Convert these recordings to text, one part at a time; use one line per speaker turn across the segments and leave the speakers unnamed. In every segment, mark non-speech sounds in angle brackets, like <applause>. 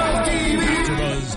AfterBuzz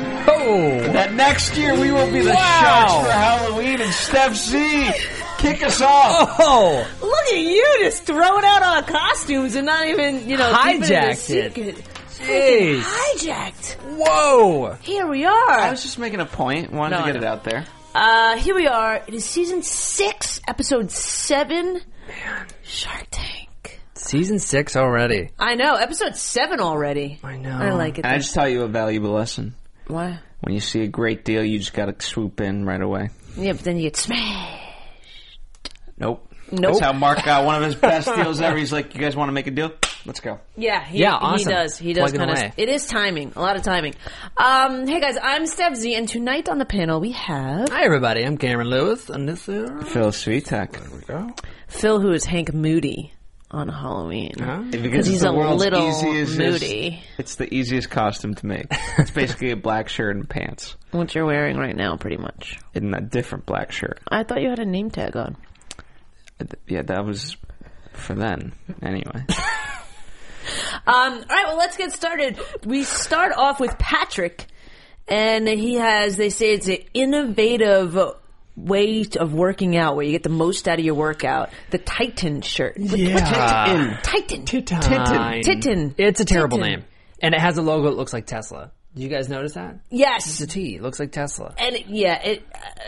Oh.
that next year we will be the Sharks for Halloween, and Steph Z, kick us off.
Oh,
Look at you just throwing out our costumes and not even, you know, keeping
Hijacked
a secret.
Jeez.
Freaking Hijacked.
whoa!
Here we
I
are.
was just making a point. Wanted
No,
to
I
get it
know.
out there.
Uh, here we are. It is season six, episode seven. Shark Tank.
Season six already.
I know. Episode seven already.
I know.
I like it.
And I just taught you a valuable lesson.
Why?
When you see a great deal, you just gotta swoop in right away.
Yeah, but then you get smashed.
Nope.
Nope.
That's how Mark got one of his
<laughs>
best deals ever. He's like, "You guys want to make a deal? Let's go."
Yeah, he,
Yeah, awesome.
he does. He does
Plug it
kind of.
away.
It is timing, a lot of timing. Um, hey guys, I'm Steph Z, and tonight on the panel we have
Hi, everybody. I'm Cameron Lewis, and this is
Phil Svitek.
Phil, who is Hank Moody on Halloween.
Because
he's
it's the
a
world's
little
easiest,
moody.
It's the easiest costume to make. It's basically a black shirt and pants,
What you're wearing right now, pretty much.
and a different black shirt.
I thought you had a name tag on.
Yeah, that was for then.
<laughs>
Anyway,
Um, all right, well, let's get started. We start off with Patrick, and he has, they say it's an innovative way of working out where you get the most out of your workout. The Titan shirt.
yeah.
Titan.
Titan.
Titan.
It's a terrible
Titan.
name, and it has a logo that looks like Tesla. Did you guys notice that?
Yes.
It's a T. It looks like Tesla.
And it, yeah, it,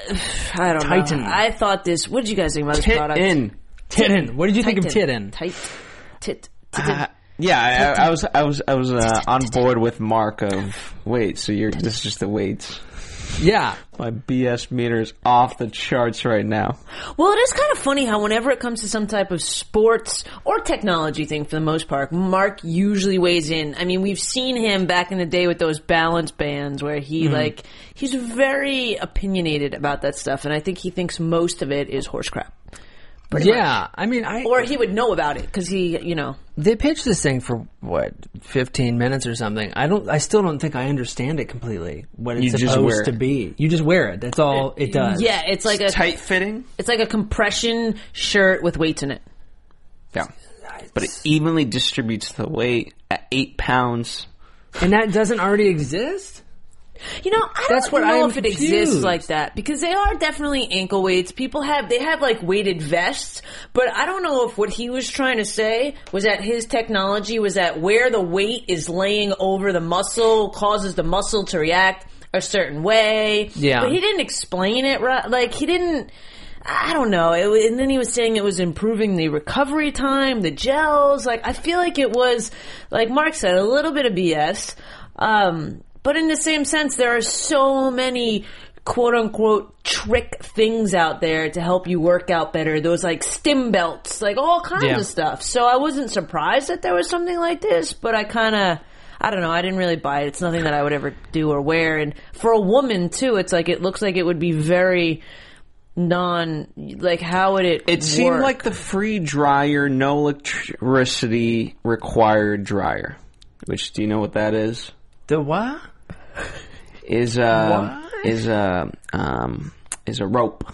uh, I don't
Titan.
know. I thought this, what did you guys think about this product?
Titan.
Titan. What did you think of
Titan.
Titan?
Tit. Tit.
Ah,
Titan.
Uh, yeah, I, I was, I was, I was uh, on board with Mark of wait. So you're this is just the weights.
Yeah.
My BS meter is off the charts right now.
Well, it is kind of funny how whenever it comes to some type of sports or technology thing, for the most part, Mark usually weighs in. I mean, we've seen him back in the day with those balance bands where he like he's very opinionated about that stuff, and I think he thinks most of it is horse crap,
yeah. I mean, I
or he would know about it because he, you know,
they pitched this thing for what 15 minutes or something i don't i still don't think i understand it completely what it's
You just wear
supposed
it.
to be you just wear it that's all it does
Uh, yeah, it's like a
Tight fitting.
it's like a compression shirt with weights in it.
Yeah, but it evenly distributes the weight at eight pounds.
and that doesn't already exist
You know, I
That's
don't
what
know
I'm
if it exists
confused.
like that because they are definitely ankle weights. People have they have like weighted vests, but I don't know if what he was trying to say was that his technology was that where the weight is laying over the muscle causes the muscle to react a certain way.
Yeah.
but he didn't explain it right. Like he didn't. I don't know. It, wa- and then he was saying it was improving the recovery time, the gels. Like I feel like it was, like Mark said, a little bit of BS. Um, but in the same sense, there are so many quote unquote trick things out there to help you work out better. Those like stim belts, like all kinds
Yeah.
of stuff. So I wasn't surprised that there was something like this, but I kind of. I don't know. I didn't really buy it. It's nothing that I would ever do or wear. And for a woman too, it's like it looks like it would be very non like how would it
It seemed
work?
like the free dryer, no electricity required dryer. Which do you know what that is?
the what
Is uh is a um is a rope.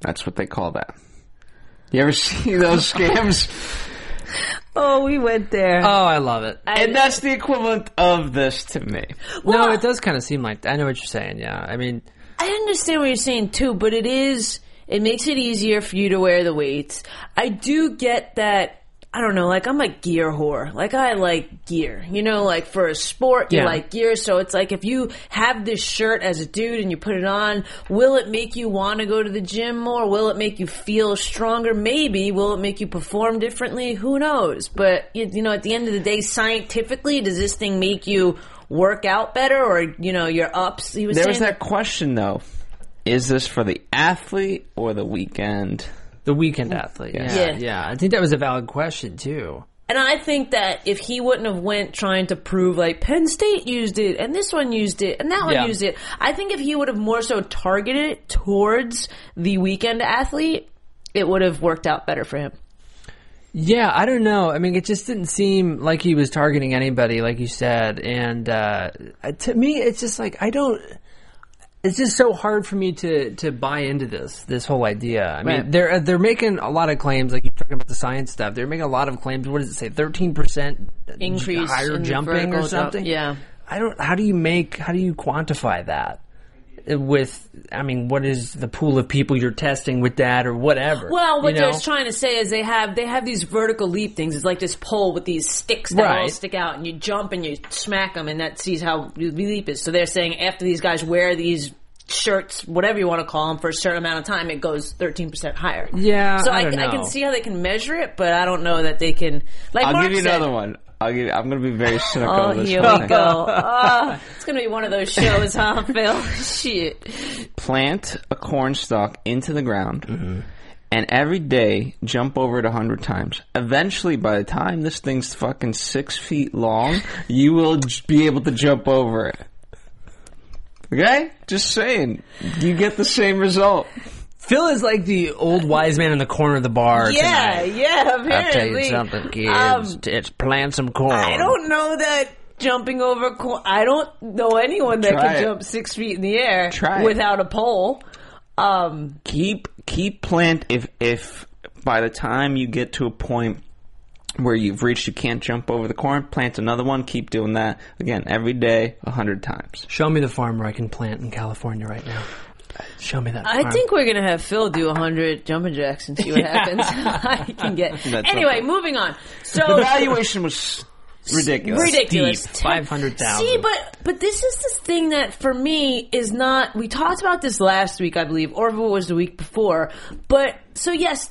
That's what they call that. You ever <laughs> see those scams?
oh we went there
oh i love it
Uh, and that's the equivalent of this to me.
no it does kind of seem like i know what you're saying yeah i mean
i understand what you're saying too but it is it makes it easier for you to wear the weights i do get that i don't know like i'm a gear whore like i like gear you know like for a sport you
Yeah.
like gear so it's like if you have this shirt as a dude and you put it on will it make you want to go to the gym more will it make you feel stronger maybe will it make you perform differently who knows but you, you know at the end of the day scientifically does this thing make you work out better or you know your ups. He was
There
saying
was that question though: Is this for the athlete or the weekend?
The weekend athlete. Yeah.
Yeah.
yeah. I think that was a valid question too.
And I think that if he wouldn't have went trying to prove like Penn State used it and this one used it and that one
Yeah.
used it, I think if he would have more so targeted it towards the weekend athlete, it would have worked out better for him.
Yeah, I don't know. I mean, it just didn't seem like he was targeting anybody, like you said. And uh, to me, it's just like I don't. It's just so hard for me to to buy into this this whole idea. I mean,
Right.
they're they're making a lot of claims, like you're talking about the science stuff. They're making a lot of claims. What does it say? Thirteen percent
Increase
higher
in
jumping
vertical
or
jump-
something.
yeah.
I don't. How do you make? How do you quantify that? With, I mean, what is the pool of people you're testing with that or whatever?
Well, what
you
they're
know?
trying to say is they have they have these vertical leap things. It's like this pole with these sticks that all
Right.
stick out, and you jump and you smack them, and that sees how you leap is. So they're saying after these guys wear these shirts, whatever you want to call them, for a certain amount of time, it goes thirteen percent higher.
Yeah,
So
I
I,
don't
I can
know.
see how they can measure it, but I don't know that they can. Like
I'll
Mark
give you
said,
another one. I'll give. I'm going to be very cynical.
Oh,
with this
here
one.
we go. Oh, it's gonna be one of those shows, huh, Phil? <laughs> Shit.
Plant a corn stalk into the ground. And every day, jump over it a hundred times. Eventually, by the time this thing's fucking six feet long, you will j- be able to jump over it. Okay? Just saying. You get the same result.
Phil is like the old wise man in the corner of the bar.
Yeah,
tonight.
yeah. Apparently,
I'll tell you something, kids.
Um,
it's plant some corn.
Um,
I don't know that jumping over. Co- I don't know anyone that
Try
can
it.
jump six feet in the air
Try it.
without a pole. Um,
keep keep plant if if by the time you get to a point where you've reached you can't jump over the corn plant another one keep doing that again every day a hundred times
Show me the farm where I can plant in California right now. Show me that.
I
farm.
think we're gonna have Phil do hundred jumping jacks
<laughs>
and see what happens. <laughs> I can get.
That's
anyway,
something.
moving on. So
the valuation was ridiculous
ridiculous.
Steep, 500,000.
See, but but this is this thing that for me is not. We talked about this last week, I believe, or if it was the week before. But so yes,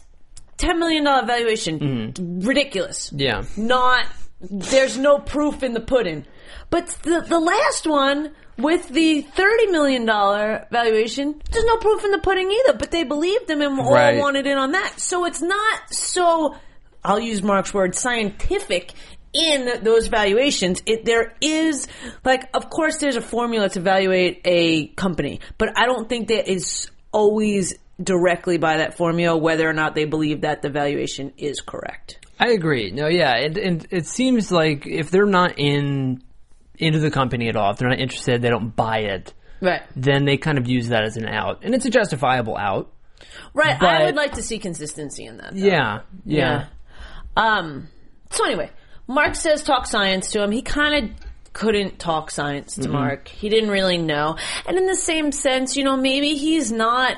ten million dollar valuation,
Mm-hmm.
ridiculous.
Yeah.
not. There's no proof in the pudding. But the the last one with the thirty million dollar valuation, there's no proof in the pudding either. But they believed him and all
Right.
wanted in on that. So it's not so. I'll use Mark's word, scientific in those valuations. It there is like, of course, there's a formula to evaluate a company, but I don't think that is always directly by that formula whether or not they believe that the valuation is correct.
I agree. No, yeah, it, it it seems like if they're not in into the company at all, if they're not interested, they don't buy it.
Right.
Then they kind of use that as an out, and it's a justifiable out.
Right. I
But-
would like to see consistency in that. though.
Yeah, yeah.
Um, so anyway, Mark says talk science to him. He kind of couldn't talk science to Mark. He didn't really know. And in the same sense, you know, maybe he's not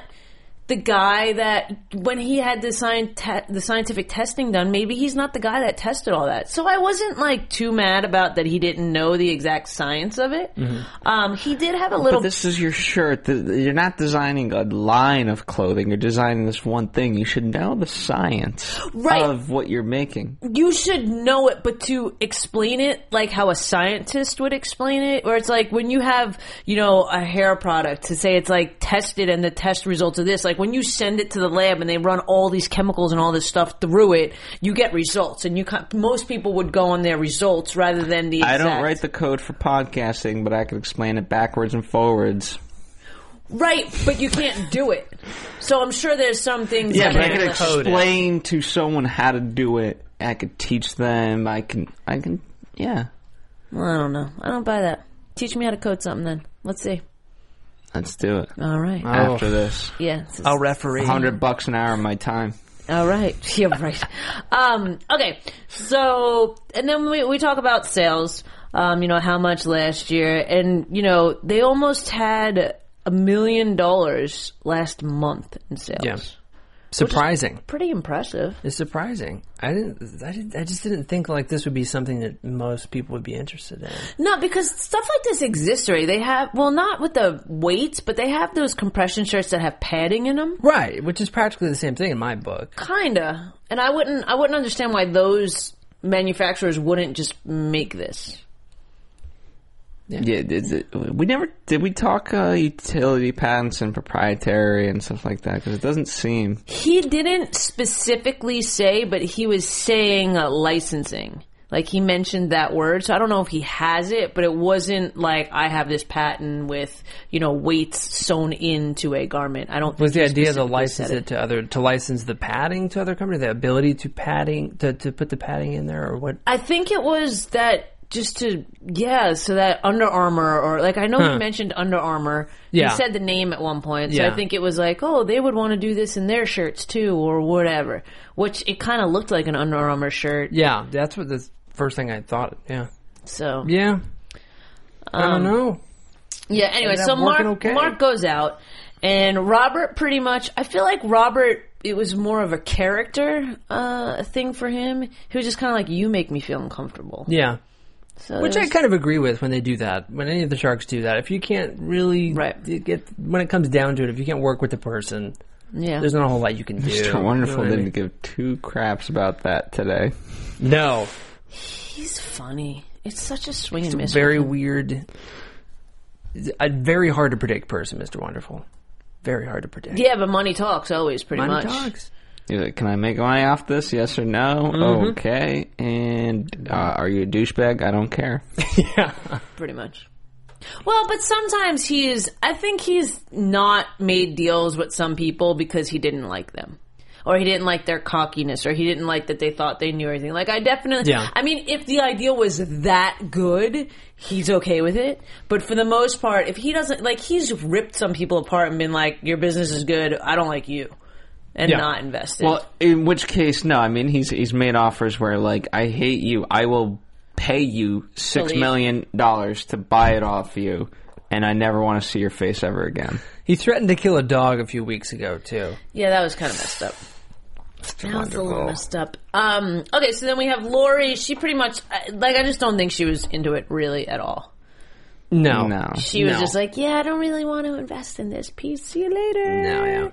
the guy that when he had the scienti- the scientific testing done, maybe he's not the guy that tested all that. So I wasn't like too mad about that he didn't know the exact science of it. Um, he did have a little
but this is your shirt. Th- You're not designing a line of clothing. You're designing this one thing. You should know the science
Right.
of what you're making.
you should know it, but to explain it like how a scientist would explain it, where it's like when you have, you know, a hair product to say it's like tested and the test results of this, like when you send it to the lab and they run all these chemicals and all this stuff through it, you get results, and you ca- most people would go on their results rather than the.
I
Exact.
don't write the code for podcasting, but I could explain it backwards and forwards.
right, but you can't do it. So I'm sure there's some things.
Yeah,
that
but I
are
can
like-
code it.
explain to someone how to do it. I could teach them. I can. I can. Yeah,
Well, I don't know. I don't buy that. Teach me how to code something, then. Let's see.
let's do it.
All right.
After this,
yeah. this is-
I'll referee.
hundred bucks an hour of my time.
All right. <laughs> Yeah, right. Um, okay. So, and then we, we talk about sales, um, you know, how much last year. And, you know, they almost had a million dollars last month in sales.
Yeah. Surprising.
Pretty impressive.
It's surprising. I didn't. I, didn't, I just didn't think like this would be something that most people would be interested in.
No, because stuff like this exists already. They have, well, not with the weights, but they have those compression shirts that have padding in them.
Right, which is practically the same thing in my book.
Kinda. And I wouldn't, I wouldn't understand why those manufacturers wouldn't just make this.
Yeah, it's- it- we never did. We talk uh, utility patents and proprietary and stuff like that because it doesn't seem.
He didn't specifically say, but he was saying uh, licensing. Like he mentioned that word, so I don't know if he has it, but it wasn't like I have this patent with you know weights sewn into a garment. I don't.
Was the
think he
idea to
specifically
license
said
it to other to license the padding to other companies, the ability to padding to, to put the padding in there, or what?
I think it was that just to yeah, so that Under Armour or like I know
Huh.
he mentioned Under Armour.
Yeah.
He said the name at one point. So
Yeah.
I think it was like, oh, they would want to do this in their shirts too or whatever. Which it kind of looked like an Under Armour shirt.
Yeah, that's what the first thing I thought. Yeah,
So
yeah.
yeah.
I don't know.
anyway,
Ended up
so Mark
working okay.
Mark goes out and Robert pretty much I feel like Robert it was more of a character uh, thing for him. He was just kind of like, "You make me feel uncomfortable."
Yeah,
So
which I
there's-
kind of agree with when they do that. When any of the sharks do that, if you can't really
Right.
you get when it comes down to it, if you can't work with the person,
yeah.
there's not a whole lot you can do. You know
Mr. <laughs>
what
Wonderful
I
didn't
mean?
give two craps about that today.
No,
He's funny. It's such a swing and miss.
very
with him.
weird, a very hard to predict person, Mister Wonderful. Very hard to predict.
Yeah, but money talks always pretty
Money
much.
talks.
He's like, "Can I make money off this? Yes or no? Okay. And uh, are you a douchebag? I don't care."
Pretty much. Well, but sometimes he's. I think he's not made deals with some people because he didn't like them. Or he didn't like their cockiness, or he didn't like that they thought they knew everything. Like I definitely,
Yeah.
I mean, if the idea was that good, he's okay with it. But for the most part, if he doesn't like, he's ripped some people apart and been like, "Your business is good. I don't like you," and
Yeah.
not invested.
Well, in which case, no. I mean, he's he's made offers where like, "I hate you. I will pay you six
Believe.
million dollars to buy it off you, and I never want to see your face ever again."
He threatened to kill a dog a few weeks ago too.
Yeah, that was kind of messed up. That was a little
Wonderful.
messed up. Um, okay, so then we have Lori. She pretty much, I- like, I just don't think she was into it really at all.
No,
No.
She was
No.
just like, yeah, I don't really want to invest in this piece. See you later.
No, yeah.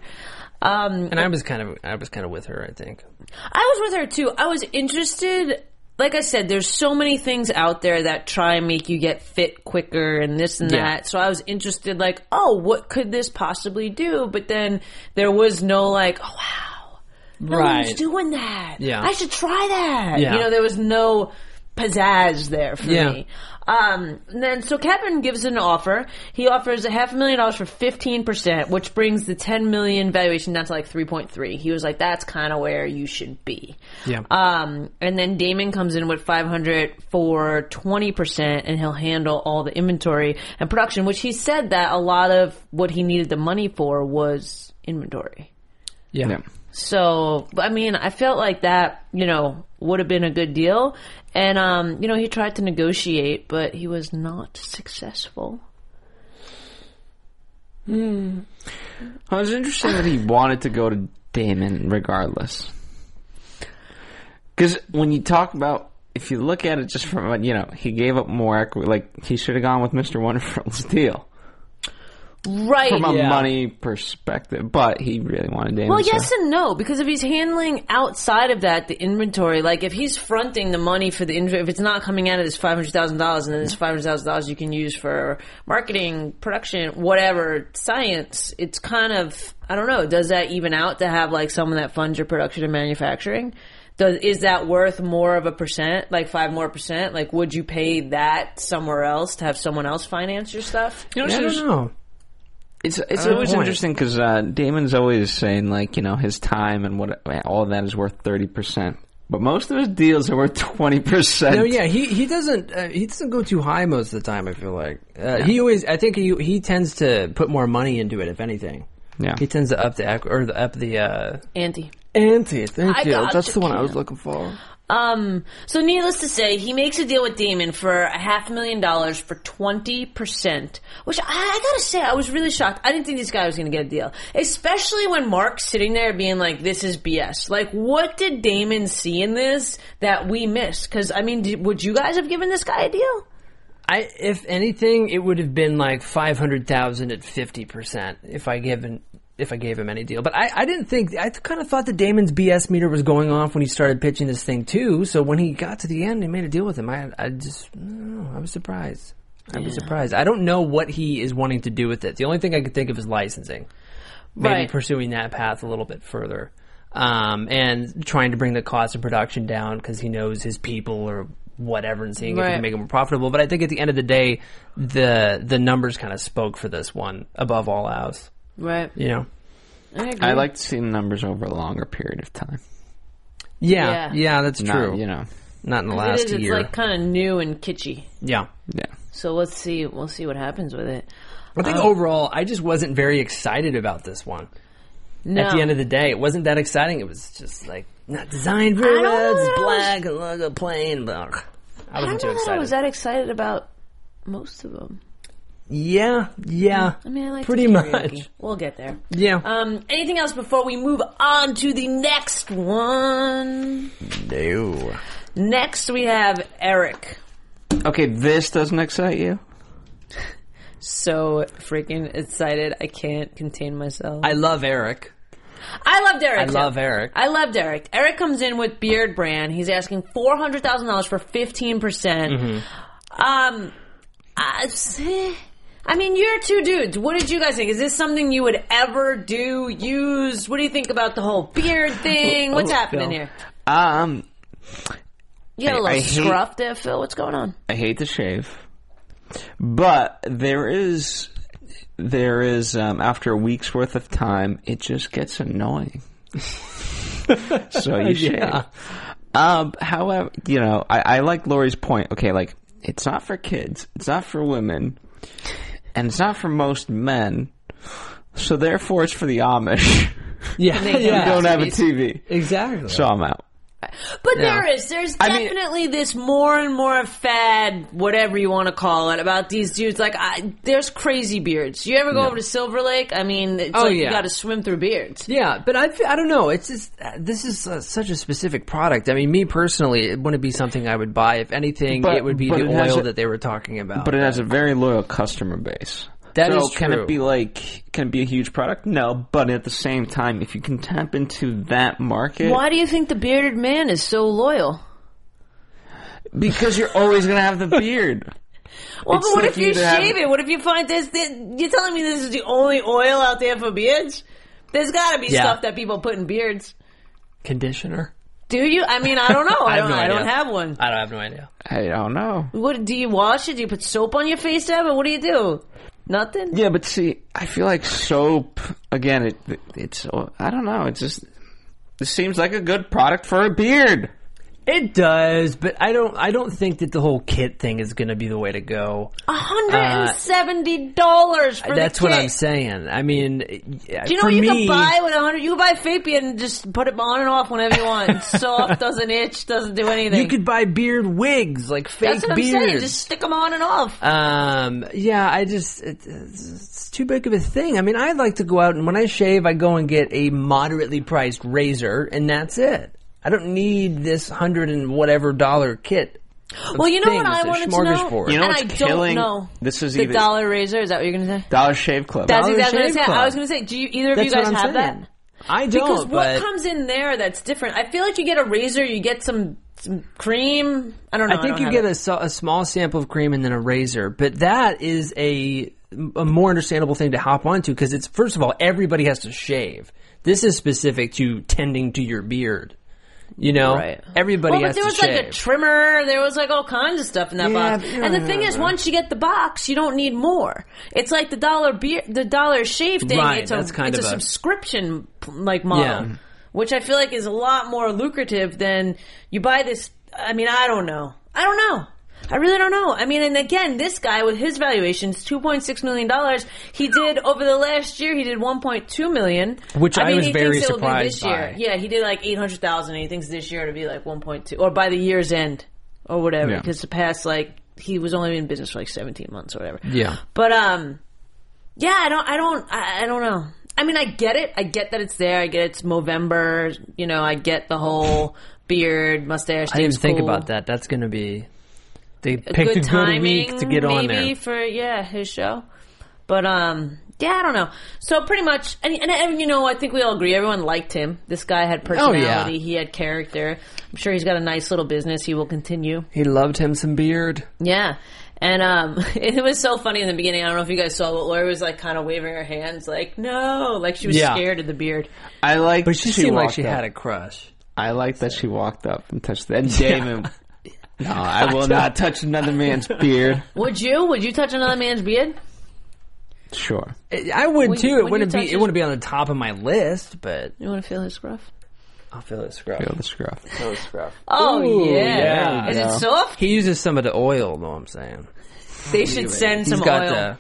Um,
And I was kind of, I was kind of with her. I think.
I was with her too. I was interested. Like I said, there's so many things out there that try and make you get fit quicker and this and
Yeah.
that. So I was interested, like, oh, what could this possibly do? But then there was no like, oh wow, no one's doing that.
Yeah.
I should try that.
Yeah.
You know, there was no pizzazz there for
Yeah.
me. Um, and then so Kevin gives an offer. He offers a half a million dollars for fifteen percent, which brings the ten million valuation down to like three point three. He was like, "That's kind of where you should be."
Yeah.
Um, and then Damon comes in with five hundred for twenty percent, and he'll handle all the inventory and production. Which he said that a lot of what he needed the money for was inventory.
yeah.
Yeah.
So, I mean, I felt like that, you know, would have been a good deal. And, um, you know, he tried to negotiate, but he was not successful.
Well, it was interesting that he wanted to go to Damon regardless. Because when you talk about, if you look at it just from, a- you know, he gave up more equity. Like, he should have gone with Mr. Wonderful's deal
Right.
from a
Yeah.
money perspective, but he really wanted Damon.
Well,
so-
yes and no, because if he's handling outside of that the inventory, like if he's fronting the money for the inventory, if it's not coming out of this five hundred thousand dollars, and then this five hundred thousand dollars you can use for marketing, production, whatever, science, it's kind of I don't know. Does that even out to have like someone that funds your production and manufacturing? Does is that worth more of a percent, like five more percent? Like, would you pay that somewhere else to have someone else finance your stuff?
You know,
I
it's-
don't know.
It's it's
don't
always
know.
interesting because uh, Damon's always saying like you know his time and what all of that is worth thirty percent, but most of his deals are worth twenty percent.
No, yeah, he he doesn't uh, he doesn't go too high most of the time. I feel like uh, he always. I think he he tends to put more money into it. If anything,
yeah.
he tends to up the equ- or the, up the uh,
Andy.
ante. Thank
I
you.
got
That's
you,
the one I
Ken.
was looking for.
Um, so needless to say, he makes a deal with Damon for a half million dollars for 20%, which I, I gotta say, I was really shocked. I didn't think this guy was gonna get a deal. Especially when Mark's sitting there being like, this is BS. Like, what did Damon see in this that we missed? Cause, I mean, did, would you guys have given this guy a deal?
I if anything, it would have been like five hundred thousand at fifty percent if I given if I gave him any deal. But I, I didn't think I kind of thought that Damon's BS meter was going off when he started pitching this thing too. So when he got to the end, and made a deal with him. I I just I, don't know, I was surprised. I'd be surprised. I don't know what he is wanting to do with it. The only thing I could think of is licensing. Maybe
Right.
pursuing that path a little bit further. Um, and trying to bring the cost of production down because he knows his people or whatever and seeing if he
Right.
can make it more profitable. But I think at the end of the day, the, the numbers kind of spoke for this one above all else.
Right.
You know?
I agree.
I like to see the numbers over a longer period of time.
Yeah. Yeah,
Yeah.
that's
Not,
true.
you know.
Not in the
it
last
is. It's
year.
like kind of new and kitschy.
yeah.
Yeah.
So let's see. We'll see what happens with it.
I think
Oh.
overall, I just wasn't very excited about this one.
No.
At the end of the day, it wasn't that exciting. It was just like not designed very
I don't
well.
know that
It's
I
black, a logo, plain. Blah. I
I
wasn't
don't
too
know that I
excited.
was that excited about most of them.
yeah, yeah.
I mean, I like
pretty
the
much.
karaoke. We'll get there.
<laughs> Yeah.
Um, anything else before we move on to the next one?
no.
Next, we have Eric.
Okay, this doesn't excite you?
So freaking excited! I can't contain myself.
I love Eric.
I love Derek.
I
too.
love Eric.
I love Derek. Eric comes in with Beard Brand. He's asking four hundred thousand dollars for fifteen percent.
Mm-hmm.
Um, I, s- eh. I mean, you're two dudes. What did you guys think? Is this something you would ever do? Use? What do you think about the whole beard thing? What's
oh,
happening
Phil.
here?
Um,
You got a
I- I
little
hate-
scruff there, Phil. What's going on?
I hate to shave, but there is there is um, after a week's worth of time, it just gets
<laughs>
annoying. so you shave.
Yeah.
Um, however, you know, I, I like Lori's point. Okay, like it's not for kids, it's not for women, and it's not for most men. So therefore, it's for the Amish <laughs>
Yeah,
They
yeah.
who don't have a TV.
exactly.
So I'm out.
But
Yeah.
there is, there's
I mean-
definitely this more and more fad, whatever you want to call it, about these dudes. Like, I, there's crazy beards. You ever go over to Silver Lake? I mean, it's
Oh,
like
yeah.
you got to swim through beards.
Yeah, but I, fe- I don't know. It's just uh, this is uh, such a specific product. I mean, me personally, it wouldn't be something I would buy. If anything,
But-
it would be
but
the
it has
oil
a-
that they were talking about.
But it has a very loyal customer base.
That
so
is
can
true.
it be like can it be a huge product? No, but at the same time, if you can tap into that market,
Why do you think the bearded man is so loyal?
because you're always gonna have the
<laughs>
beard.
Well,
It's
but what
like
if
you
you
either have-
shave it? What if you find this? this you're telling me this is the only oil out there for beards? There's got to be
Yeah.
stuff that people put in beards.
conditioner.
Do you? I mean, I don't
<laughs>
know. I,
have
don't.
no
I don't
idea.
have one.
I don't have no idea.
I don't know.
What do you wash it? Do you put soap on your face to have it? What do you do? Nothing.
Yeah, but see, I feel like soap again. It it's I don't know. It just this seems like a good product for a beard.
It does, but I don't. I don't think that the whole kit thing is going to be the way to go.
hundred and seventy dollars for
Uh, That's
the
what
kit.
I'm saying. I mean, yeah,
Do you know
for
what you
me,
can buy with a hundred? You can buy Fapia and just put it on and off whenever you
<laughs>
want. It's soft, doesn't itch, doesn't do anything.
You could buy beard wigs, like fake
That's what
beards.
I'm saying. Just stick them on and off.
Um, yeah, I just, it, it's it's too big of a thing. I mean, I like to go out and when I shave, I go and get a moderately priced razor and that's it. I don't need this hundred and whatever dollar kit. of
Well, you know what
things,
I
a
wanted to know?
smorgasbord.
You know
and
what's
I
killing-
don't know.
this is
the
either-
dollar razor. Is that what you're going to say?
Dollar Shave Club.
That's
Dollar
exactly what I
Shave
said.
Club.
I was going to say. Do you, either of
That's
you guys
what I'm
have
saying.
that?
I don't.
Because
but
what comes in there that's different? I feel like you get a razor, you get some, some cream. I don't know.
I think
don't
you
have
get
it.
a, so- a small sample of cream and then a razor, but that is a, a more understandable thing to hop onto because it's first of all everybody has to shave. This is specific to tending to your beard. You know,
Right.
everybody
well,
has
but there
to
was
shave.
like a trimmer. There was like all kinds of stuff in that
Yeah,
box.
but you
And the
don't
thing
know
is,
that.
once you get the box, you don't need more. It's like the dollar beer, the dollar shave thing.
Right,
it's a
that's kind
it's
of
a
a-
subscription like model,
Yeah.
which I feel like is a lot more lucrative than you buy this. I mean, I don't know. I don't know. I really don't know. I mean, and again, this guy with his valuations, two point six million dollars, he did over the last year. He did one point two million,
Which I
mean,
was
he
very
thinks it will be
surprised
this year.
by.
Yeah, he did like eight hundred thousand, and he thinks this year to be like one point two, or by the year's end, or whatever.
Yeah.
Because the past like he was only in business for like seventeen months or whatever.
Yeah.
But um, yeah, I don't, I don't, I, I don't know. I mean, I get it. I get that it's there. I get it's Movember. You know, I get the whole beard, mustache.
I didn't
thing's
even think
cool.
about that. That's going to be. They
A
picked
good
a good
timing,
week to get
maybe
on there.
for yeah his show. But um, yeah, I don't know. So pretty much, and, and, and you know, I think we all agree. Everyone liked him. This guy had
Oh, yeah.
personality. He had character. I'm sure he's got a nice little business. He will continue.
He loved him some beard.
Yeah, And um, <laughs> it was so funny in the beginning. I don't know if you guys saw, but Lori was like kind of waving her hands, like no, like she was
Yeah.
scared of the beard.
I like.
But she, seemed like she
up.
had a crush.
I like that she walked up and touched that. And
<laughs>
Damon. No, I will not touch another
<laughs>
man's beard.
Would you? Would you touch another man's beard?
Sure.
I- I would
When you-
too.
when
it
you
wouldn't be.
touch
It wouldn't be on the top of my list, but
You want to feel his scruff?
I'll feel it scrub.
Feel the scruff.
Feel it scrub.
Oh
Ooh,
yeah.
yeah.
Is
Yeah.
it soft?
He uses some of the oil. Know what I'm saying?
They should send
He's
some
got
oil.
the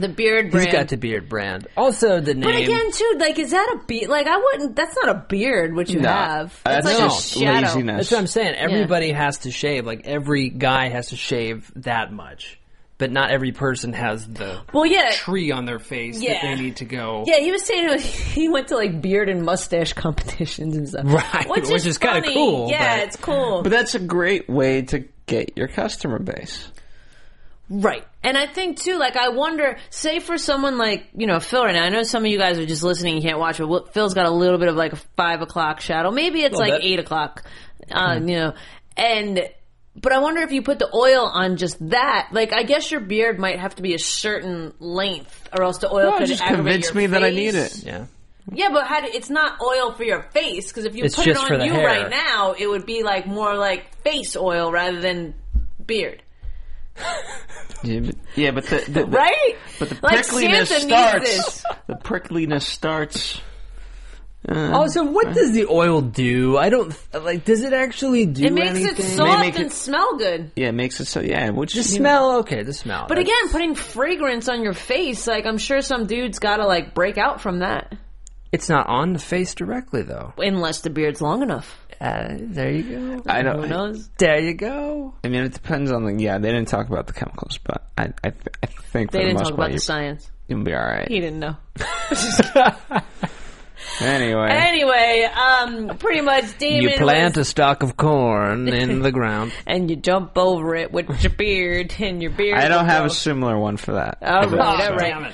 the beard
he's
brand.
got the beard brand. Also the name.
but again, too, like, is that a beard? Like, I wouldn't. That's not a beard. What you
No.
have.
Uh,
That's
like
just
a shadow.
laziness.
That's what I'm saying. Everybody has to shave. Like every guy has to shave that much, but not every person has the
Well, yeah,
tree on their face that
Yeah.
they need to go.
yeah. He was saying it was, <laughs> he went to like beard and mustache <laughs> competitions and stuff.
Right, which is kinda
funny.
cool,
Yeah,
but-
it's cool.
But that's a great way to get your customer base.
Right. And I think too, like, I wonder, say for someone like, you know, Phil right now, I know some of you guys are just listening and can't watch it. Well, Phil's got a little bit of like a five o'clock shadow. Maybe it's like
bit.
eight o'clock, um,
Mm-hmm.
you know, and, but I wonder if you put the oil on just that, like, I guess your beard might have to be a certain length or else the oil
Well,
could
just
aggravate
convince
your
me that I
face.
need it.
Yeah.
Yeah, but how do, it's not oil for your face because if you
It's
put it
just for
on
the
you
hair.
right now, it would be like more like face oil rather than beard.
Yeah, but, yeah, but the, the, the-
Right?
But the
Like,
prickliness
Santa needs
starts.
this.
The prickliness starts. uh,
Oh.
Also, what does the oil do? I don't like. Does it actually do
It makes
anything?
it
They
soft
make
and
it-
smell good.
Yeah, it makes it so. Yeah, which
The
is
smell, okay, the smell.
But again, putting fragrance on your face, like I'm sure some dude's got to like break out from that,
it's not on the face directly, though.
unless the beard's long enough.
Uh, there you go.
I don't.
Who knows?
There you <laughs> go.
I mean, it depends on the. Yeah, they didn't talk about the chemicals, but I, I, I think
They
for the
didn't
most
talk
part,
about the science.
you, will be all right.
He didn't know.
Anyway,
Anyway, um, pretty much, Damon.
You plant
was-
a stalk of corn in the ground.
and you jump over it with your beard, and your beard.
I don't have a
will
similar one for that.
go- All right,
So-
all
Damn
right.
it.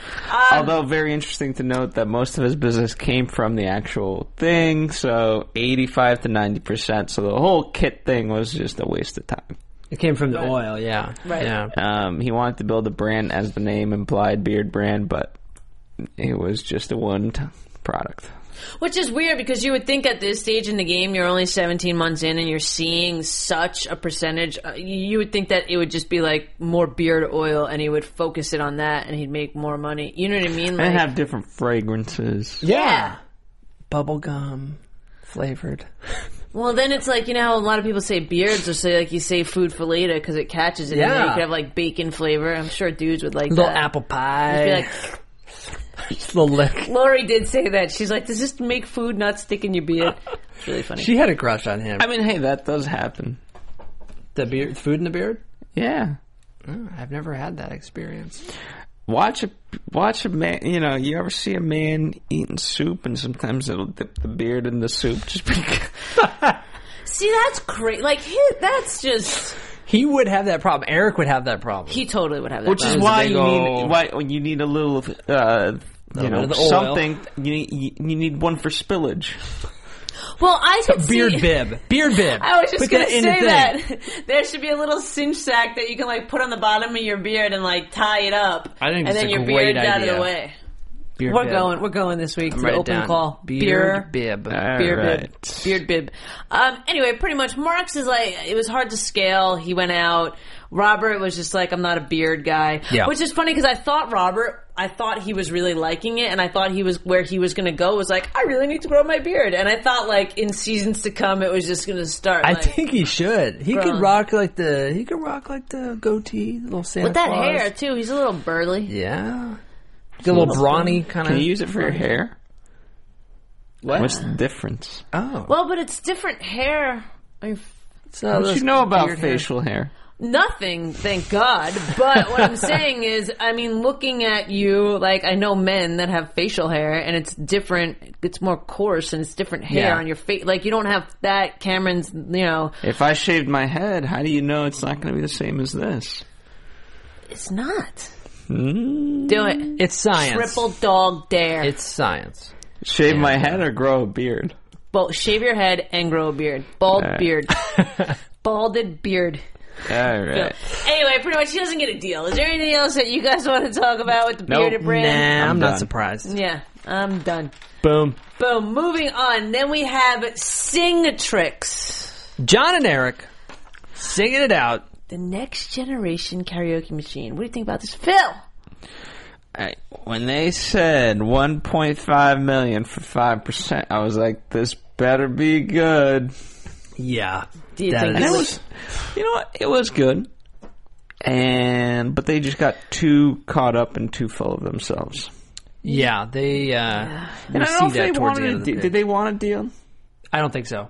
Although very interesting to note that most of his business came from the actual thing, so 85 to 90%. So the whole kit thing was just a waste of time.
It came from the oil, yeah.
Right.
Yeah.
Um, he wanted to build a brand as the name implied, beard brand, but it was just a one t- product.
Which is weird because you would think at this stage in the game, you're only 17 months in and you're seeing such a percentage. Uh, You would think that it would just be like more beard oil and he would focus it on that and he'd make more money. You know what I mean? Like,
And have different fragrances.
yeah.
Bubblegum
<laughs>
flavored.
Well, then it's like, you know how a lot of people say beards or say, like, you say food for later because it catches it. And
Yeah.
you could have, like, bacon flavor. I'm sure dudes would like
Little
that.
apple
Be
pie. <laughs>
like,
little lick.
Lori did say that. She's like, does this make food not stick in
<laughs>
your beard? It's really funny.
She had a crush on him.
I mean, hey, that does happen.
the beard, food in the beard?
Yeah.
Hmm, I've never had that experience.
Watch a watch a man. You know, you ever see a man eating soup, and sometimes it'll dip the beard in the soup. Just <laughs> because.
See, that's crazy. Like, he, that's just.
He would have that problem. Eric would have that problem.
He totally would have that.
which is
problem.
why
big
you need
ol'
why you need a little uh, you
bit
know
of the oil.
something you need, you you need one for spillage.
Well, I could
beard
<laughs> see,
bib. Beard bib.
I was just
Put
gonna
that in the
say
thing.
that <laughs> there should be a little cinch sack that you can like put on the bottom of your beard and like tie it up.
I think
and
it's
then
a
your
great
beard's out of
idea.
the way.
Beard
We're
bib.
going. We're going this week. to the
Write it
open
down.
call.
Beard
Beer. Uh,
bib.
Beard
Alright.
bib, beard bib. Um, anyway, pretty much, Marx is like it was hard to scale. He went out. Robert was just like, I'm not a beard guy,
Yeah.
which is funny because I thought Robert, I thought he was really liking it, and I thought he was where he was going to go was like, I really need to grow my beard, and I thought like in seasons to come, it was just going to start.
I
like,
think he should. He could
Grown.
rock like the he could rock like the goatee, the little Santa
with that
Claus.
hair too, he's a little burly.
Yeah. Get a little brawny kind
Can you
of.
use it for your hair?
What?
What's the difference?
Oh,
Well, but it's different hair. I mean,
so
What
those
you know about
weird hair.
facial hair?
Nothing, thank God. But what <laughs> I'm saying is, I mean, looking at you, like, I know men that have facial hair and it's different, it's more coarse and it's different hair
Yeah.
on your face. Like, you don't have that Cameron's, you know,
If I shaved my head, how do you know it's not going to be the same as this?
it's not. Do it.
It's science.
Triple dog dare.
It's science.
Shave my head or grow a beard?
Well, shave your head and grow a beard. Bald
All right.
beard. Balded beard.
All right.
Anyway, pretty much he doesn't get a deal. Is there anything else that you guys want to talk about with the
Nope.
bearded brand?
Nah, I'm,
I'm
not
done.
surprised.
Yeah, I'm done.
Boom.
Boom. Moving on. Then we have Singatrix.
John and Eric singing it out.
The next generation karaoke machine. What do you think about this? Phil!
I- When they said 1.5 million for 5%, I was like, this better be good.
Yeah.
Do you
That is-
think
And it was, you know what? It was good. And, but they just got too caught up and too full of themselves.
Yeah, they. Uh, we
And I don't
see
know if
that
they
towards the
wanted
end
a
of the
deal.
page.
Did they want a deal?
I don't think so.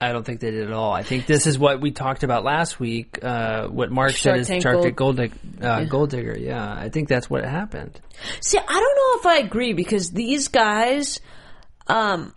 I don't think they did at all. I think this is what we talked about last week. Uh, what Mark
Shark
said is
Tank
Shark
Gold-
Tank Gold, dig- uh, Gold Digger. Yeah, I think that's what happened.
See, I don't know if I agree because these guys, um,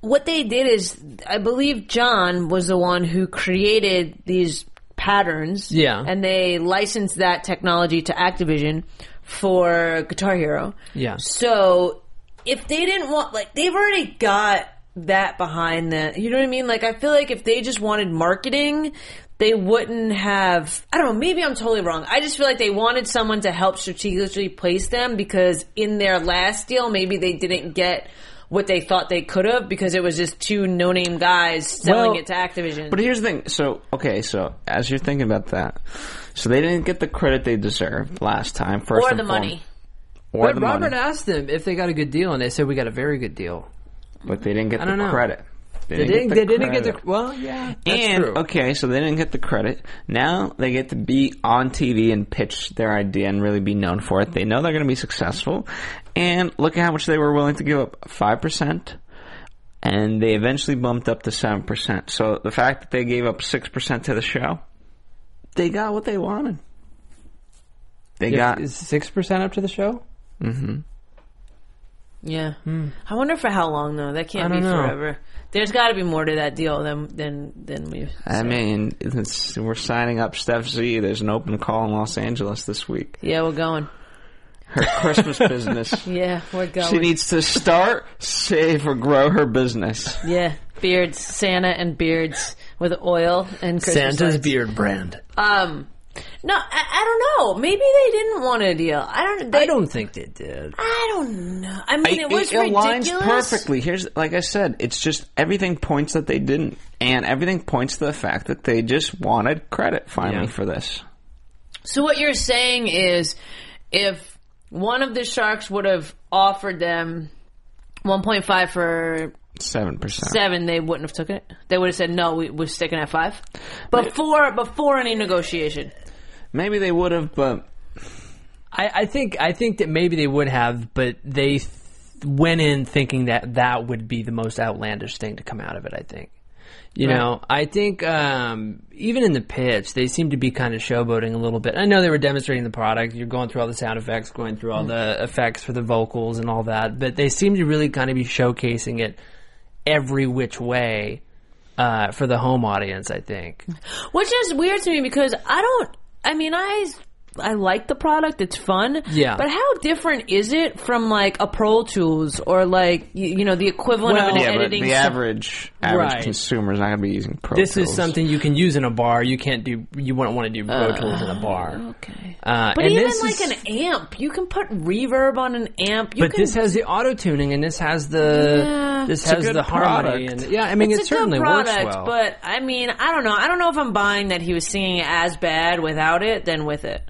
what they did is, I believe John was the one who created these patterns.
Yeah.
And they licensed that technology to Activision for Guitar Hero.
Yeah.
So if they didn't want, like, they've already got that behind that. You know what I mean? Like, I feel like if they just wanted marketing, they wouldn't have. I don't know. Maybe I'm totally wrong. I just feel like they wanted someone to help strategically place them because in their last deal, maybe they didn't get what they thought they could have because it was just two no-name guys selling
Well,
it to Activision.
But here's the thing. So, okay, so as you're thinking about that, so they didn't get the credit they deserved last time. First
or
and
the money.
foremost. Or
But
the
Robert
money.
asked them if they got a good deal, and they said we got a very good deal.
But they didn't get
I
the
don't know.
credit.
They didn't.
the
They didn't get the.
credit.
Well, yeah, that's
and
true.
okay, so they didn't get the credit. Now they get to be on TV and pitch their idea and really be known for it. They know they're going to be successful, and look at how much they were willing to give up five percent, and they eventually bumped up to seven percent. So the fact that they gave up six percent to the show, they got what they wanted. They got
is six percent up to the show.
Yeah. I wonder for how long though. That
Hmm. I
can't be
don't know.
forever. There's got to be more to that deal than than than we.
I mean, it's, we're signing up Steph Z. There's an open call in Los Angeles this week.
Yeah, we're going.
Her
<laughs>
Christmas business.
Yeah, we're going.
She needs to start, save, or grow her business.
yeah, beards, Santa and beards with oil and Christmas lights.
beard brand.
Um, no, I, I don't know. Maybe they didn't want a deal. I don't. They,
I don't think they did.
I don't know. I mean, it,
It-
was
it aligns
ridiculous.
perfectly. Here's, like I said, it's just everything points that they didn't, and everything points to the fact that they just wanted credit finally
Yeah.
for this.
So what you're saying is, if one of the sharks would have offered them 1.5 for
Seven percent.
seven, they wouldn't have took it. They would have said, "No, we, we're sticking at five. Before before any negotiation,
Maybe they would have, but
I, I think I think that maybe they would have, but they th- went in thinking that that would be the most outlandish thing to come out of it. I think, you know, I think um, even in the pitch, they seemed to be kind of showboating a little bit. I know they were demonstrating the product. You're going through all the sound effects, going through all the effects for the vocals and all that, but they seemed to really kind of be showcasing it every which way uh, for the home audience. I think.
which is weird to me because I don't. I mean, I I like the product; it's fun.
Yeah.
But how different is it from like a Pro Tools or like you, you know the equivalent
Well-
of an
Yeah,
but
editing?
the
soft-
average average
Right.
consumer is not going to be using Pro
This is
Tools.
something you can use in a bar. You can't do. You wouldn't want to do Pro Tools in a bar.
Ah, Okay.
Uh,
But
and
even
this
like
is-
an amp, you can put reverb on an amp. You
But
can,
this has the auto tuning, and this has the
Yeah.
this
a
has
good
the harmony,
product.
and yeah, I mean it
it's a
certainly
good product,
works well.
but I mean, I don't know. I don't know if I'm buying that he was singing as bad without it than with it.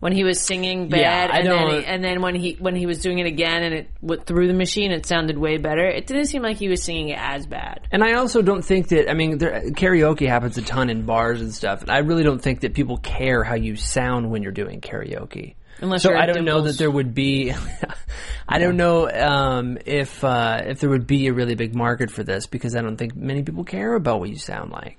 When he was singing bad,
Yeah, I
and then
don't-
he- and then when he when he was doing it again and it w- through the machine, it sounded way better. It didn't seem like he was singing it as bad.
and I also don't think that I mean there, karaoke happens a ton in bars and stuff, and I really don't think that people care how you sound when you're doing karaoke.
Unless
so
you're
I don't know
Dimples.
that there would be, <laughs> I don't know um, if uh, if there would be a really big market for this because I don't think many people care about what you sound like.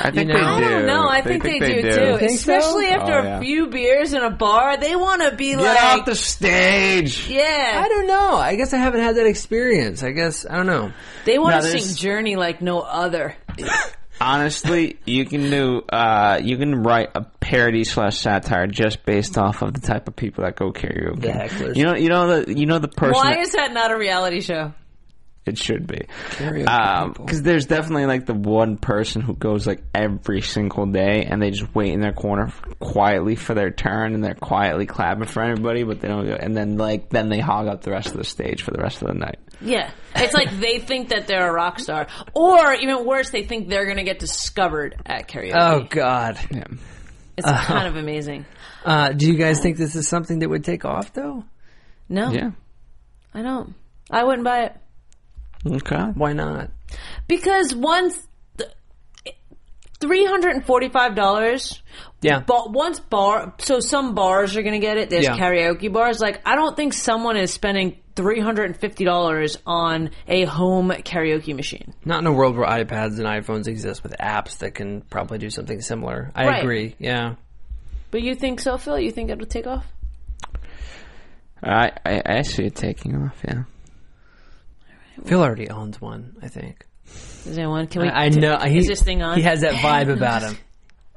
I think
You know-
they
I
do.
don't know. I think, they, do, too,
think so?
especially after
Oh,
a
yeah.
few beers in a bar. They want to be
Get
like,
off the stage.
yeah,
I don't know. I guess I haven't had that experience. I guess I don't know.
they want
No,
to sing
there's-
Journey like no other.
Honestly, you can do uh, you can write a parody slash satire just based off of the type of people that go karaoke.
The hecklers.
You know, you know the you know the person.
Why
that-
is that not a reality show?
it should be.
Karaoke people.
Because there's definitely like the one person who goes like every single day, and they just wait in their corner quietly for their turn, and they're quietly clapping for everybody, but they don't. Go, and then like then they hog up the rest of the stage for the rest of the night.
Yeah. It's like they think that they're a rock star. Or even worse, they think they're going to get discovered at karaoke.
Oh God.
Yeah.
it's
uh-huh.
kind of amazing.
Uh, do you guys think this is something that would take off though?
No,
Yeah.
I don't. I wouldn't buy it.
Okay.
Why not?
Because once. th- $345
Yeah.
but once bar so some bars are gonna get it there's
Yeah.
karaoke bars like i don't think someone is spending $350 on a home karaoke machine
Not in a world where iPads and iPhones exist with apps that can probably do something similar. I
Right.
agree. Yeah.
but you think so phil you think it'll take off
I, I I see it taking off. Yeah.
Phil already owns one, I think.
is anyone can we
I, I know. He,
is this thing on
He has that
<laughs>
vibe about him.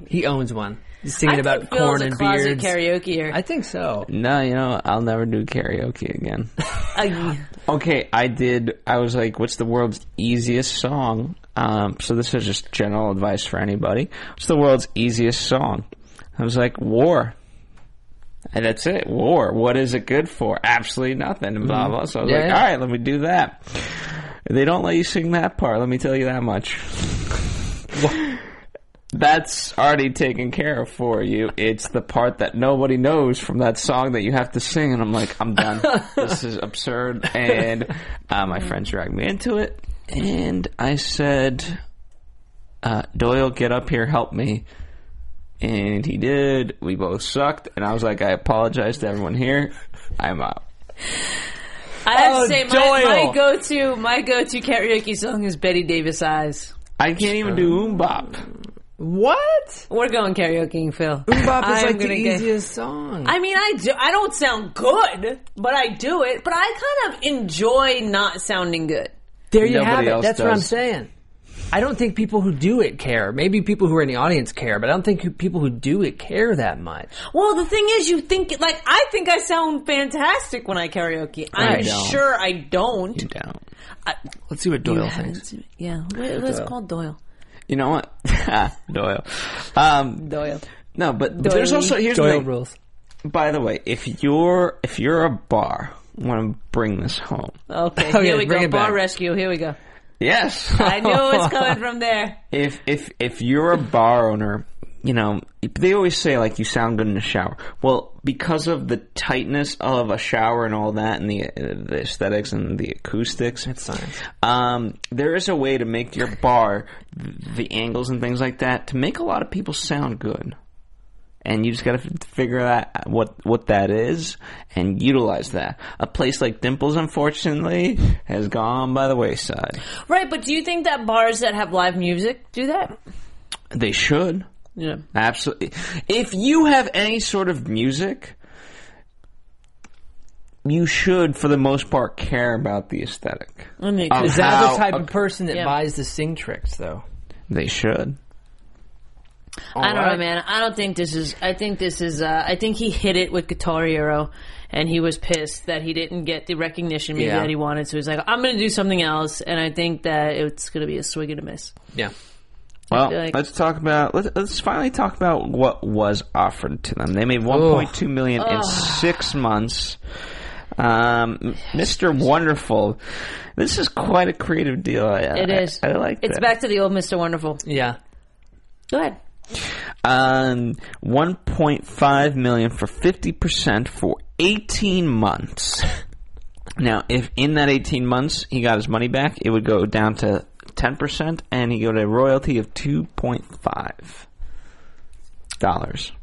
He owns one. He's
I
singing
think
about
Phil's
corn
a
and
closet
beards.
karaokeer.
I think so.
No, you know I'll never do karaoke again.
I,
<laughs> Okay, I did. I was like, "What's the world's easiest song?" Um, so this is just general advice for anybody. What's the world's easiest song? I was like, "War," and that's it. War. What is it good for? Absolutely nothing. And blah blah. So I was
Yeah,
like,
yeah.
"All right, let me do that." They don't let you sing that part. Let me tell you that much. That's already taken care of for you. It's the part that nobody knows from that song that you have to sing, and I'm like, I'm done. <laughs> this is absurd. And uh, my friends dragged me into it, and I said, uh, Doyle, get up here, help me. And he did. We both sucked, and I was like, I apologize to everyone here. I'm out.
I have
Oh,
to say, my,
Doyle.
my go-to, my go-to karaoke song is Betty Davis Eyes.
I can't even do oom bop.
What?
We're going karaokeing, Phil.
Bop is
I'm
like the
gonna get-
easiest song.
I mean, I do. I don't sound good, but I do it. But I kind of enjoy not sounding good.
There you
Nobody
have it.
else
That's what I'm
does.
saying. I don't think people who do it care. Maybe people who are in the audience care, but I don't think who- people who do it care that much.
Well, the thing is, you think like I think I sound fantastic when I karaoke. I'm
I don't.
sure I don't.
You don't.
I,
Let's see what Doyle
yeah, what, what's it called Doyle?
You know what? <laughs> Doyle. Um,
Doyle.
No, but, but there's also here's the
Doyle
thing.
rules.
By the way, if you're if you're a bar, I want to bring this home.
<laughs>
Okay,
Okay,
here we
bring
go.
it
Bar
back.
rescue. Here we go.
Yes,
I knew
<laughs>
it was coming from there.
if if if you're a bar owner, you know they always say like you sound good in a shower. Well, because of the tightness of a shower and all that, and the uh, the aesthetics and the acoustics,
It's science.
Um, there is a way to make your bar, th- the angles and things like that, to make a lot of people sound good. And you just gotta f- figure out what, what that is and utilize that. A place like Dimples, unfortunately, has gone by the wayside.
Right, but do you think that bars that have live music do that?
They should.
Yeah.
Absolutely. If you have any sort of music, you should, for the most part, care about the aesthetic.
I mean,
Um,
Is that
How-
the type of person that
Yeah.
buys the sing tricks, though?
They should.
I don't know,
Alright.
man. I don't think this is. I think this is. Uh, I think he hit it with Guitar Hero, and he was pissed that he didn't get the recognition maybe
Yeah.
that he wanted. So he's like, "I'm going to do something else," and I think that it's going to be a swig and a miss.
Yeah.
Well,
feel like-
let's talk about let's, let's finally talk about what was offered to them. They made 1.2 million in six months. Um, Mr. Wonderful, this is quite a creative deal. I,
It
I,
is.
I, like
It's
that.
back to the old Mister Wonderful.
Yeah.
Go ahead.
Um, 1.5 million for 50 percent for 18 months. <laughs> Now, if in that 18 months he got his money back, it would go down to 10 percent, and he got a royalty of 2.5 dollars.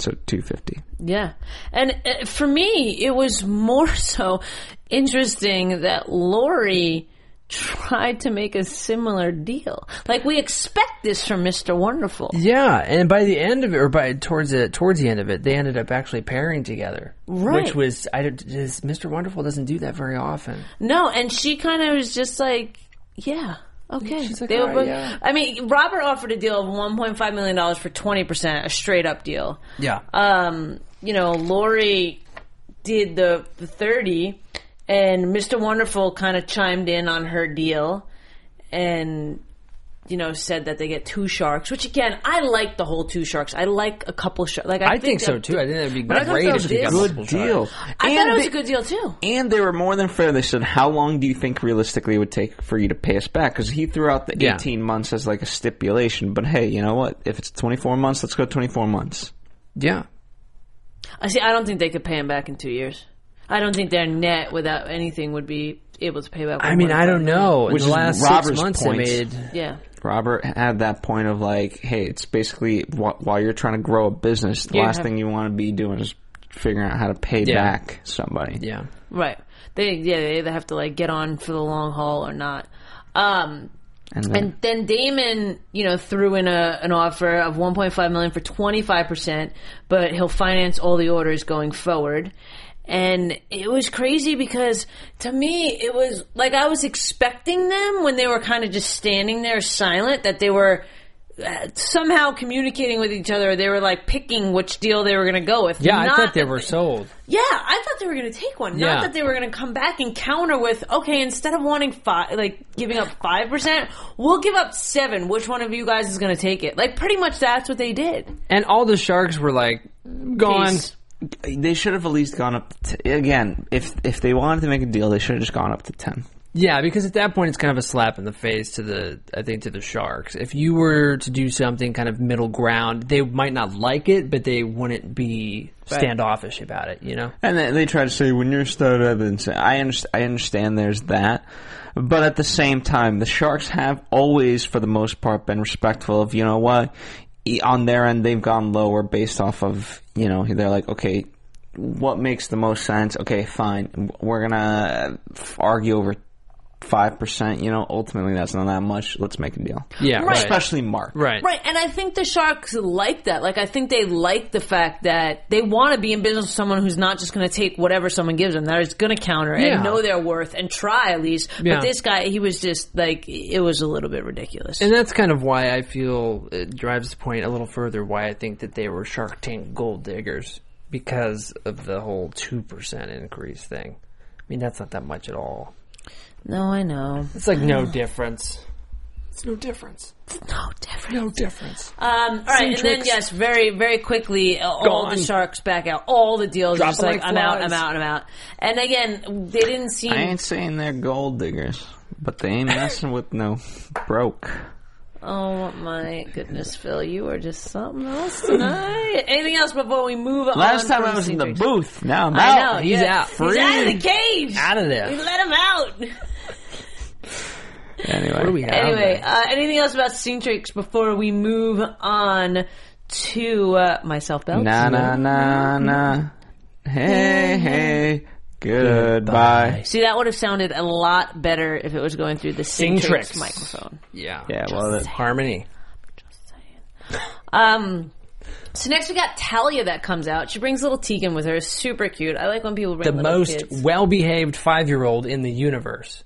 So 250.
Yeah. And uh, for me, it was more <laughs> so interesting that Lori tried to make a similar deal. Like we expect this from Mr. Wonderful.
Yeah, and by the end of it, or by towards the towards the end of it, they ended up actually pairing together,
Right.
which was I don't- just- Mr. Wonderful doesn't do that very often.
No, and she kind of was just like, yeah. Okay.
She's like,
They
"All
were
right,
both-
yeah."
I mean, Robert offered a deal of $1.5 million for 20%, a straight up deal. Uh,
Yeah,
Um, you know, Lori did the, the 30 and Mr. Wonderful kind of chimed in on her deal and you know said that they get two sharks, which again I like the whole two sharks. I like a couple sharks. Like I,
I think so
that-
too. I think that'd be
But I thought
great
that
if
was
we got
this-
multiple
Good deal.
shots.
I thought it was
they,
a good deal too.
And they were more than fair. They said, "How long do you think realistically it would take for you to pay us back?" Because he threw out the
Yeah.
eighteen months as like a stipulation. But hey, you know what? If it's twenty four months, let's go twenty four months.
Yeah.
I see. I don't think they could pay him back in two years. I don't think their net without anything would be able to pay back.
I mean, I don't know. In
Which
the
is
last
Robert's
six months,
point.
I made.
Yeah,
Robert had that point of like, "Hey, it's basically wh- while you're trying to grow a business, the
You
last
have-
thing you want to be doing is figuring out how to pay
Yeah.
back somebody."
Yeah.
right. They yeah they either have to like get on for the long haul or not. Um,
And then,
And then Damon, you know, threw in a an offer of 1.5 million for 25%, but he'll finance all the orders going forward. And it was crazy because to me, it was like I was expecting them when they were kind of just standing there silent that they were uh, somehow communicating with each other. They were like picking which deal they were going to go with.
Yeah, I
Not
thought they
that
were sold.
yeah, I thought they were going to take one.
Yeah.
Not that they were going to come back and counter with, okay, instead of wanting five, like giving up five percent, we'll give up seven. Which one of you guys is going to take it? Like pretty much that's what they did.
And all the sharks were like gone.
Peace.
they should have at least gone up to, again. If if they wanted to make a deal, they should have just gone up to ten.
Yeah, because at that point it's kind of a slap in the face to the I think to the sharks. If you were to do something kind of middle ground, they might not like it, but they wouldn't be standoffish about it, you know?
And they, they try to say when you're started evidence. I understand. I understand. There's that, but at the same time, the sharks have always, for the most part, been respectful of you know what. E- On their end, they've gone lower based off of you know they're like okay. What makes the most sense? Okay, fine. We're gonna argue over five percent. You know, ultimately that's not that much. Let's make a deal.
Yeah, right.
especially Mark.
Right.
Right, and I think the Sharks like that. Like, I think they like the fact that they want to be in business with someone who's not just going to take whatever someone gives them, that is going to counter
Yeah.
and know their worth and try at least.
Yeah.
But this guy, he was just like, it was a little bit ridiculous.
And that's kind of why I feel it drives the point a little further why I think that they were Shark Tank gold diggers because of the whole 2% increase thing. I mean, that's not that much at all.
no, I know.
It's like no difference. It's no difference.
No difference.
No difference.
Um, all right, and then
tricks.
yes, very very quickly, uh, all
Gone.
the sharks back out. All the deals are
Drop
just
them
like,
like
I'm out,
flies.
I'm out, I'm out. And again, they didn't seem.
I ain't saying they're gold diggers, but they ain't messing with no broke.
oh my goodness, Phil, you are just something else tonight. <laughs> Anything else before we move on?
Last time
from
I was in the
Cedric?
booth. Now I'm
I
out.
know,
He's
yeah.
out.
He's out of
Free.
the cage.
Out of
We
there.
let him out.
Anyway,
What do we have?
anyway,
there?
uh, anything else about scene tricks before we move on to uh, myself, Bell?
na na na na. Hey hey. Goodbye.
See, that would have sounded a lot better if it was going through the
Sing
Syntrix
Trix.
microphone.
yeah.
Yeah, well, that-
Harmony.
Um, so next we got Talia that comes out. She brings little Tegan with her. It's super cute. I like when people bring
The
little
most
kids.
well behaved five year old in the universe.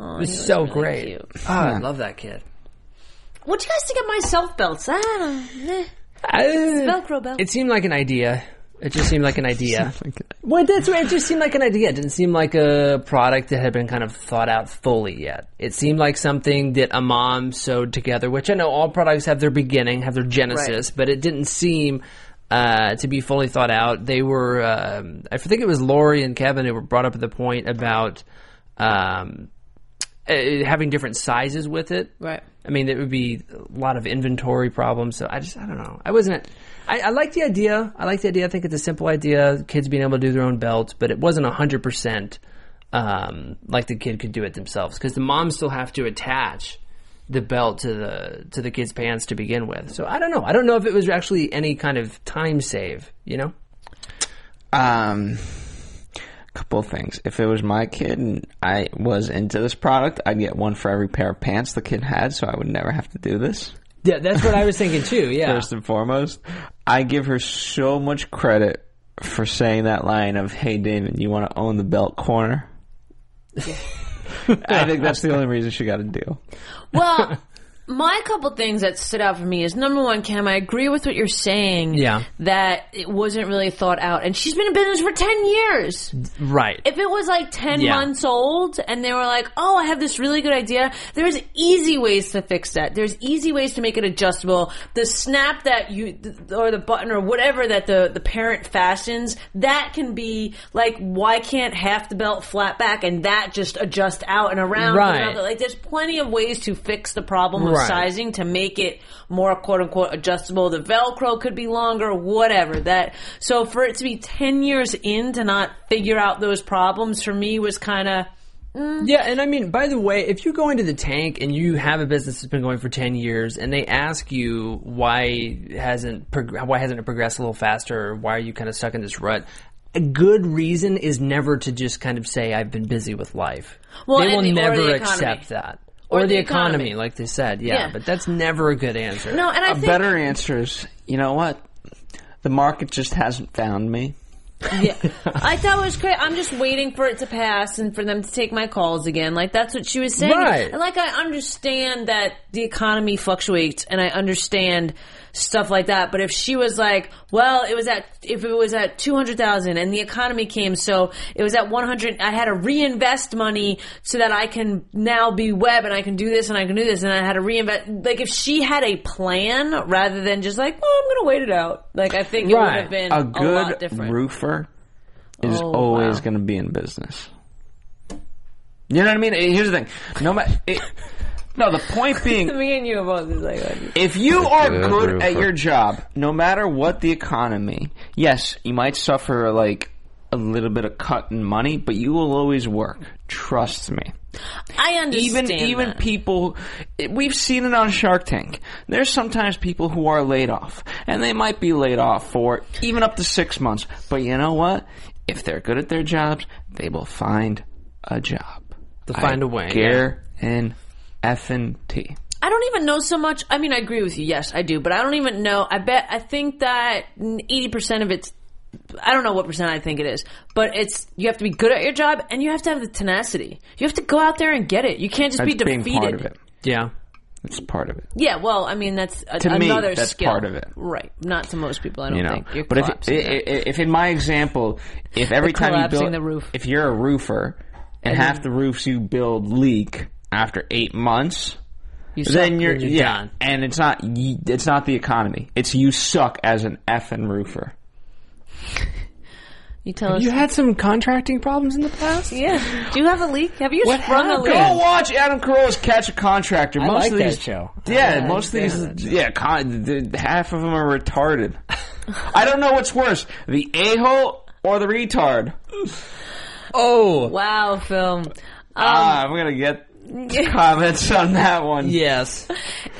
Aw,
It was
he
so
really
great.
cute.
Ah, I love that kid.
What do you guys think of my self belts? I don't know. Eh,
I-
Velcro belt.
It seemed like an idea. It just seemed <laughs> like an idea. well, that's right. It just seemed like an idea. It didn't seem like a product that had been kind of thought out fully yet. It seemed like something that a mom sewed together, which I know all products have their beginning, have their genesis, but it didn't seem. Uh, to be fully thought out, they were. Um, I think it was Lori and Kevin who were brought up at the point about um, uh, having different sizes with it.
Right.
I mean, it would be a lot of inventory problems. So I just, I don't know. I wasn't. I, I like the idea. I like the idea. I think it's a simple idea. Kids being able to do their own belts, but it wasn't hundred percent um, like the kid could do it themselves because the moms still have to attach the belt to the to the kid's pants to begin with. So I don't know. I don't know if it was actually any kind of time save. You know?
Um, couple of things. If it was my kid and I was into this product, I'd get one for every pair of pants the kid had, so I would never have to do this.
Yeah, that's what I was thinking too. Yeah.
first and foremost. I give her so much credit for saying that line of "Hey, Damon, you want to own the belt corner." <laughs> I think that's the only reason she got a deal.
<laughs>
Well, my couple things that stood out for me is number one, Cam. I agree with what you're saying.
Yeah.
that it wasn't really thought out, and she's been in business for ten years.
Right.
If it was like ten
Yeah.
months old, and they were like, "Oh, I have this really good idea," there's easy ways to fix that. There's easy ways to make it adjustable. The snap that you or the button or whatever that the the parent fashions that can be like, why can't half the belt flat back and that just adjust out and around?
Right.
Another- Like, there's plenty of ways to fix the problem of
Right.
sizing to make it more quote unquote adjustable. The Velcro could be longer, whatever that. So for it to be 10 years in to not figure out those problems for me was kind of,
Yeah, and I mean, by the way, if you go into the tank and you have a business that's been going for ten years, and they ask you why hasn't prog- why hasn't it progressed a little faster, or why are you kind of stuck in this rut? A good reason is never to just kind of say I've been busy with life.
Well,
they
and
will
the- or
never
the economy.
accept that, or,
the
the, economy,
economy.
like they said. Yeah,
Yeah.
but that's never a good answer.
no, and I
A
think,
Uh, better answer is, you know what? The market just hasn't found me.
yeah, I thought it was great. I'm just waiting for it to pass and for them to take my calls again. Like that's what she was saying.
Right.
And like I understand that the economy fluctuates and I understand stuff like that. But if she was like, well, it was at, if it was at 200,000 and the economy came, so it was at 100, I had to reinvest money so that I can now be web and I can do this and I can do this and I had to reinvest. Like if she had a plan rather than just like, well, I'm going to wait it out. Like I think it would
Right.
have been a,
A
lot
good
different.
roofer is
Oh,
always
wow.
going to be in business. You know what I mean? Eh, Here's the thing. No matter. No, the point being,
<laughs> Me and you are both just like,
If you are good
agree
at
with
your
her.
job, no matter what the economy, yes, you might suffer like a little bit of cut in money, but you will always work. Trust me.
I
Even
understand.
even
that.
people, it- we've seen it on Shark Tank. There's sometimes people who are laid off, and they might be laid off for even up to six months. But you know what? If they're good at their jobs, they will find a job.
They'll find
a
a way, yeah.
Guarantee. and T.
I don't even know so much. I mean, I agree with you. Yes, I do, but I don't even know. I bet I think that eighty percent of it's. I don't know what percent I think it is, but it's you have to be good at your job and you have to have the tenacity. You have to go out there and get it. You can't just
That's
be
being
defeated.
part of it.
Yeah.
It's part of it.
Yeah, well, I mean that's a,
To me,
another
that's
skill.
part of it.
right? Not to most people, I don't
you know.
think. You're
but if,
collapsing
i-
that.
i- if in my example, if every time you
collapsing
build
the roof.
if you're a roofer and half the roofs you build leak after eight months,
You
then you're,
you
yeah, and it's not y- it's not the economy. It's you suck as an effing roofer.
you tell us,
You had some contracting problems in the past.
yeah. Do you have a leak? Have you
What
sprung a leak?
Go watch Adam Carolla's Catch a Contractor. Most
like
of
that
these
show.
Yeah, most of these. Yeah, con, the, the- half of them are retarded. I don't know what's worse, the a hole or the retard.
Um, Oh,
Wow, film.
Ah, I'm gonna get comments on that one.
yes.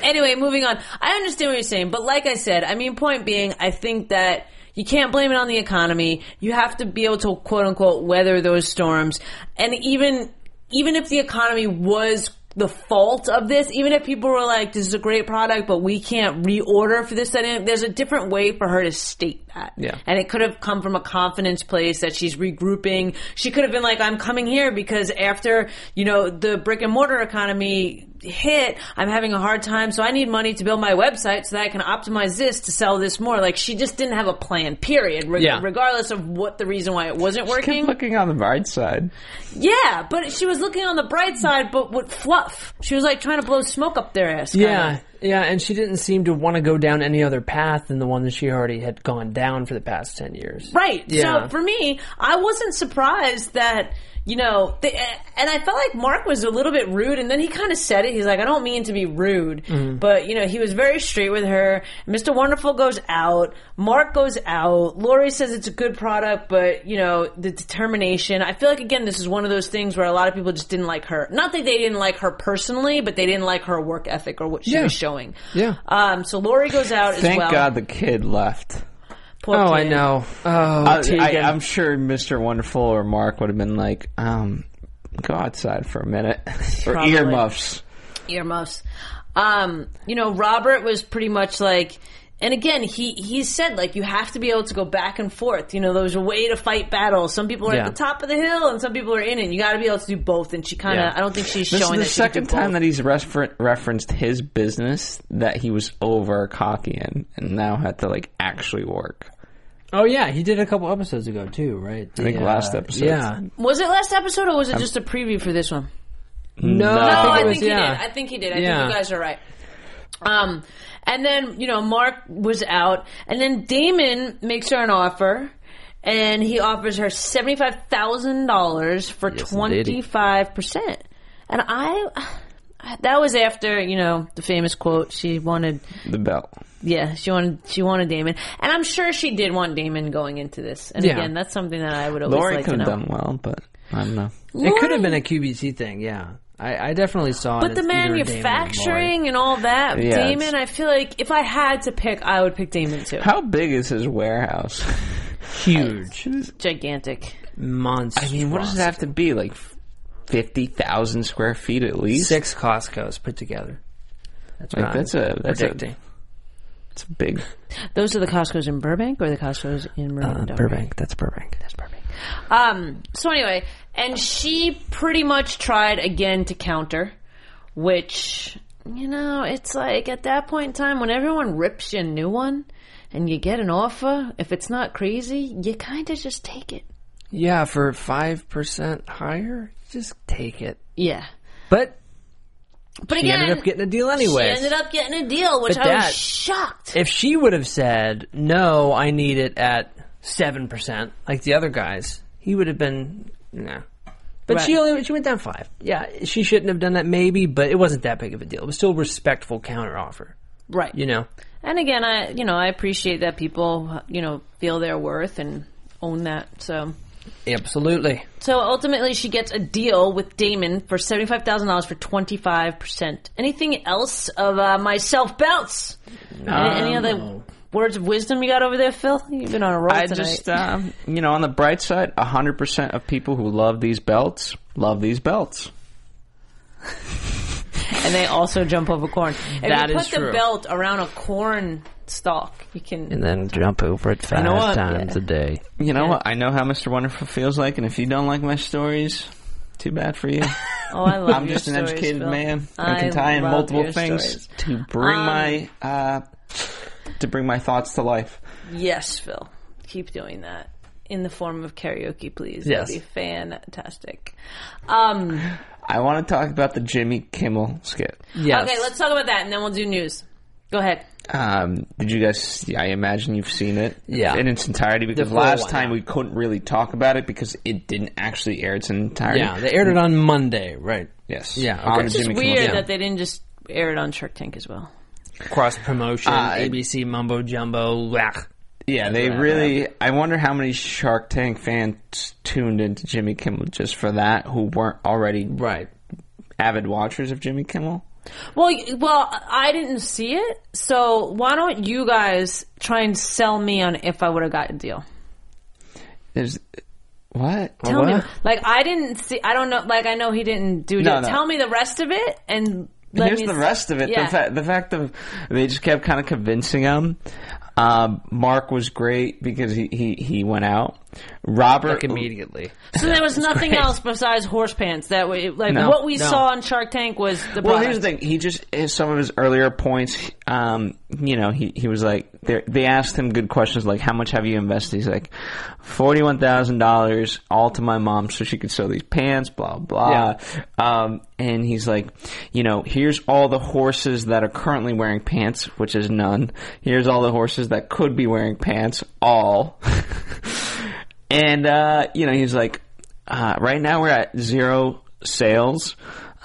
Anyway, moving on. I understand what you're saying, but like I said, I mean, point being, I think that you can't blame it on the economy. You have to be able to quote unquote weather those storms. And even, even if the economy was the fault of this, even if people were like, this is a great product, but we can't reorder for this, dynamic, there's a different way for her to state that.
Yeah.
And it could have come from a confidence place that she's regrouping. She could have been like, I'm coming here because after, you know, the brick and mortar economy hit, I'm having a hard time. So I need money to build my website so that I can optimize this to sell this more. Like she just didn't have a plan, period, re-
Yeah.
regardless of what the reason why it wasn't
Keep
working.
looking on the bright side.
yeah, but she was looking on the bright side, but with fluff. She was like trying to blow smoke up their ass. kinda.
Yeah, yeah, and she didn't seem to want to go down any other path than the one that she already had gone down for the past ten years.
Right.
Yeah.
So for me, I wasn't surprised that, you know, they, and I felt like Mark was a little bit rude and then he kind of said it. He's like, I don't mean to be rude,
Mm-hmm.
but you know, he was very straight with her. Mr. Wonderful goes out. Mark goes out. Lori says it's a good product, but you know, the determination. I feel like again, this is one of those things where a lot of people just didn't like her. Not that they didn't like her personally, but they didn't like her work ethic or what she
Yeah.
was showing.
Yeah.
Um, so Lori goes out as
Thank
well.
God the kid left.
Poor
Oh, I
kid.
know. Oh,
I, I,
Tegan.
I'm sure Mr. Wonderful or Mark would have been like, um, go outside for a minute. <laughs> or
Probably.
earmuffs.
earmuffs. Um, you know, Robert was pretty much like, And again, he he said like you have to be able to go back and forth. You know, there's a way to fight battles. Some people are
Yeah.
at the top of the hill, and some people are in it. And you got to be able to do both. And she kind of,
Yeah.
I don't think she's
This is
showing that
the
she can
second
do
time
both.
that he's refer- referenced his business that he was over cocky in, and now had to like actually work.
Oh yeah, he did a couple episodes ago too, right? I
think last episode.
Yeah.
Was it last episode or was it just a preview for this one?
No,
No, I
it
think,
was-
he
yeah.
did. I think he did. I
Yeah.
think you guys are right. Um, and then you know Mark was out, and then Damon makes her an offer, and he offers her seventy five thousand dollars for
indeedy.
twenty five percent. And I, that was after you know the famous quote she wanted.
The belt.
Yeah, she wanted she wanted Damon, and I'm sure she did want Damon going into this. And
Yeah.
again, that's something that I would always
Lori
like to
could
know.
have done well, but I don't know.
It could have been a QBT thing. Yeah, I, I definitely saw it.
But the
as either Damon or
manufacturing and all that,
Yeah, it's-
Damon, I feel like if I had to pick, I would pick Damon too.
How big is his warehouse?
Maury. huge,
Gigantic.
monster.
I mean, what does it have to be? Like fifty thousand square feet at least.
Six Costco's put together. That's
Like,
what
that's
I'm
a- that's a-
predicting.
It's big.
Those are the Costco's in Burbank or the Costco's in Marin
Uh, Burbank. That's Burbank. That's Burbank.
Um, so anyway, and she pretty much tried again to counter, which, you know, it's like at that point in time when everyone rips you a new one and you get an offer, if it's not crazy, you kind of just take it.
Yeah, for five percent higher, just take it.
Yeah.
But
But
he
again,
ended up getting a deal
she
anyway.
ended up getting a deal, which
But
I
that-
was shocked.
if she would have said, "No, I need it at seven percent," like the other guys, he would have been nah. But she
Right.
only she went down five. Yeah, she shouldn't have done that, maybe, but it wasn't that big of a deal. It was still a respectful counter offer,
Right.
you know.
And again, I you know I appreciate that people you know feel their worth and own that. So
Absolutely.
so ultimately, she gets a deal with Damon for seventy five thousand dollars for twenty five percent. Anything else of uh, my self bounce?
Uh,
any, any other words of wisdom you got over there, Phil? You've been on a roll
I
tonight.
just, um, you know, on the bright side, hundred percent of people who love these belts love these belts.
and they also jump over corn. If
That
you
is
put the
true.
belt around a corn stalk, you can.
And then jump over it five
know what?
times
Yeah.
a day.
You know, what? I know how Mr. Wonderful feels like, and if you don't like my stories, too bad for you.
Oh, I love
I'm
<laughs> your
just an
stories,
educated
Phil.
man.
I
I can tie in
love
multiple
your
things
stories.
to bring
Um,
my uh, to bring my thoughts to life.
Yes, Phil. Keep doing that in the form of karaoke, please.
Yes.
That'd be fantastic. Um,
I want to talk about the Jimmy Kimmel skit.
Yes.
Okay, let's talk about that, and then we'll do news. Go ahead.
Um, did you guys? I imagine you've seen it,
Yeah.
in its entirety. Because
full
last
one,
time
yeah.
we couldn't really talk about it because it didn't actually air its entirety.
Yeah, they aired it on Monday, right?
Yes.
Yeah, okay.
On
It's
It's just
Jimmy Kimmel
weird
Show.
that they didn't just air it on Shark Tank as well.
Cross promotion,
Uh,
ABC mumbo jumbo. Blah.
Yeah, they really. I wonder how many Shark Tank fans tuned into Jimmy Kimmel just for that, who weren't already
Right.
avid watchers of Jimmy Kimmel.
Well, y- well, I didn't see it, so why don't you guys try and sell me on if I would have got a deal?
There's what?
Tell
what?
me, like I didn't see. I don't know. Like I know he didn't do it.
No, no.
Tell me the rest of it, and let
Here's
me
the
s-
rest of it.
Yeah.
The, fa- the fact of they just kept kind of convincing him. Um, Mark was great because he, he, he went out. Robert
Like immediately.
So there was nothing else besides horse pants that we like
No,
what we
no.
saw on Shark Tank was the
Well,
product.
here's the thing. He just his- some of his earlier points. Um, you know, he he was like they they asked him good questions like how much have you invested? He's like forty one thousand dollars, all to my mom so she could sew these pants. Blah blah. Um, and he's like, you know, here's all the horses that are currently wearing pants, which is none. Here's all the horses that could be wearing pants, all. <laughs> And uh, you know, he was like, uh, right now we're at zero sales,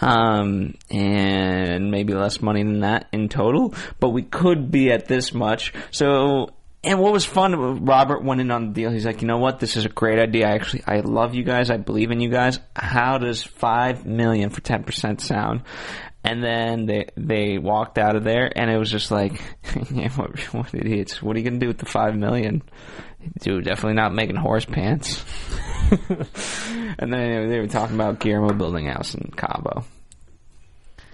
um, and maybe less money than that in total, but we could be at this much. So. And what was fun, Robert went in on the deal. He's like, you know what? This is a great idea. I actually, I love you guys. I believe in you guys. How does five million for ten percent sound? And then they they walked out of there, and it was just like, <laughs> yeah, what, what idiots? What are you gonna do with the five million? Dude, definitely not making horse pants. and then they were- they were talking about Guillermo building a house in Cabo.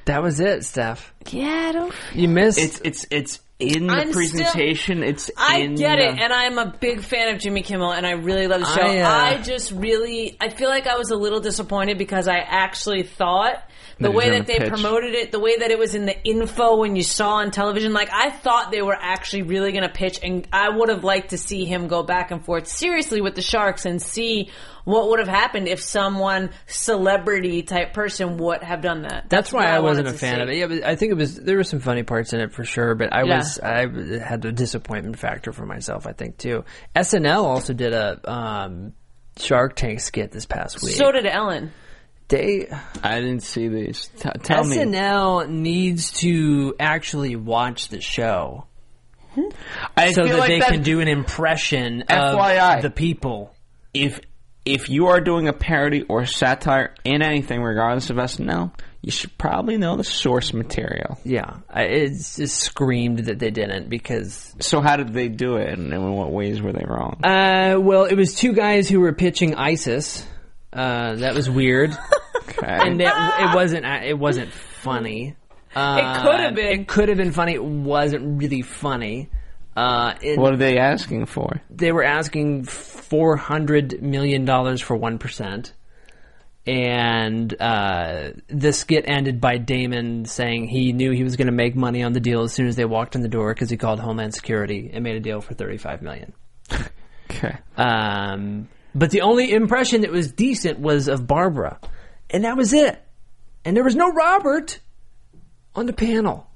That was it, Steph.
yeah, I don't
You missed.
It's it's it's in the
I'm still-
presentation. it's
I
in
get
the,
it, and I'm a big fan of Jimmy Kimmel, and I really love the show.
I, uh,
I just really, I feel like I was a little disappointed because I actually thought the
That he was
way
gonna
that they
pitch.
promoted it, the way that it was in the info when you saw on television, like I thought they were actually really going to pitch, and I would have liked to see him go back and forth seriously with the Sharks and see what would have happened if someone celebrity type person would have done that.
That's why
what
I wasn't a
wanted to
fan
see.
of it. Yeah, but I think it was there were some funny parts in it for sure. But I
Yeah.
was I w- had the disappointment factor for myself. I think too. SNL also did a um, Shark Tank skit this past week.
So did Ellen.
they
I didn't see these. T- tell me.
SNL needs to actually watch the show
I
so
feel
that
like
they
that-
can do an impression
FYI.
of the people.
if if you are doing a parody or satire in anything, regardless of SNL, you should probably know the source material.
Yeah, I- it's just screamed that they didn't because
So how did they do it, and in what ways were they
<laughs>
wrong?
Uh, well, it was two guys who were pitching ISIS. Uh, that was weird, <laughs>
Okay.
and that,
<laughs>
it wasn't. uh, It wasn't funny. Uh,
could have been.
It could have been funny. It wasn't really funny. Uh, it,
what are they asking for?
they were asking four hundred million dollars for one percent, and uh, the skit ended by Damon saying he knew he was going to make money on the deal as soon as they walked in the door because he called Homeland Security and made a deal for thirty-five million.
Okay.
Um, but the only impression that was decent was of Barbara, and that was it. And there was no Robert on the panel.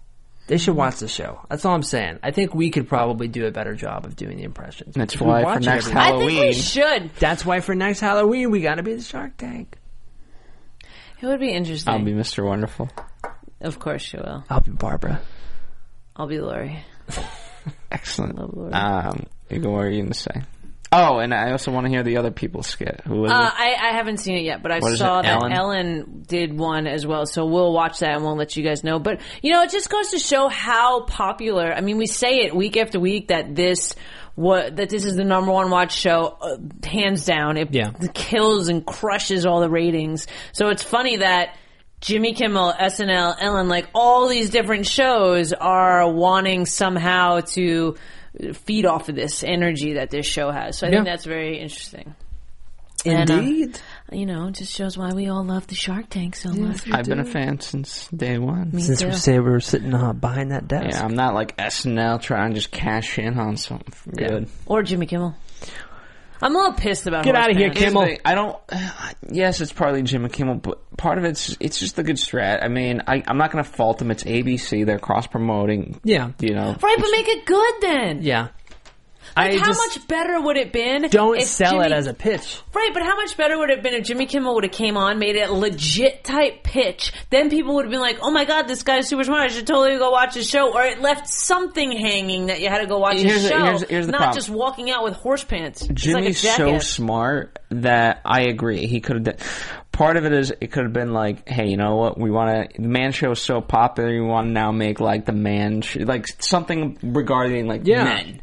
They should watch the show. That's all I'm saying. I think we could probably do a better job of doing the impressions.
That's
We
why for
watch it
next
every-
Hall-
I
Halloween.
think we should.
That's why for next Halloween we got to be the Shark Tank.
It would be interesting.
I'll be Mr. Wonderful.
of course you will.
I'll be Barbara.
I'll be Lori.
Excellent.
Oh, Lord.
Um, you go- what are you going to say? Oh, and I also want to hear the other people skit. Who was
Uh,
it?
I, I haven't seen it yet, but I
What is
saw
it,
that
Ellen?
Ellen? did one as well. So we'll watch that and we'll let you guys know. But you know, it just goes to show how popular. I mean, we say it week after week that this what that this is the number one watch show, uh, hands down. It
Yeah.
kills and crushes all the ratings. So it's funny that. Jimmy Kimmel, SNL, Ellen, like all these different shows are wanting somehow to feed off of this energy that this show has. So I think
Yeah.
that's very interesting And, uh,
Indeed.
you know, it just shows why we all love the Shark Tank so much.
I've been a fan since day one.
Since we
too.
say we were sitting uh, behind that desk.
Yeah, I'm not like SNL trying to just cash in on something good.
Or Jimmy Kimmel. I'm a little pissed about.
Get outta here,
Horsepants.
Kim. Kimmel.
Here's the thing, I don't. <sighs> Yes, it's partly Jimmy Kimmel, but part of it's it's just a good strat. I mean, I, I'm not going to fault them. It's ABC. They're cross promoting.
Yeah.
You know.
Right, but make it good then.
Yeah.
Like,
I
how
just
much better would it been?
don't
if
sell it
Jimmy-
as a pitch.
right. But how much better would it have been if Jimmy Kimmel would have came on, made it a legit type pitch? Then people would have been like, "Oh my god, this guy's super smart. I should totally go watch his show." Or it left something hanging that you had to go watch
Here's
his
the-
show,
here's- here's the
not
problem.
just walking out with horse pants. It's
Jimmy's
like a
so
jackass.
smart that I agree. He could have done. Part of it is it could have been like, hey, you know what? We want to. The man show is so popular. We want to now make like the man, sh- like something regarding like
Yeah.
men,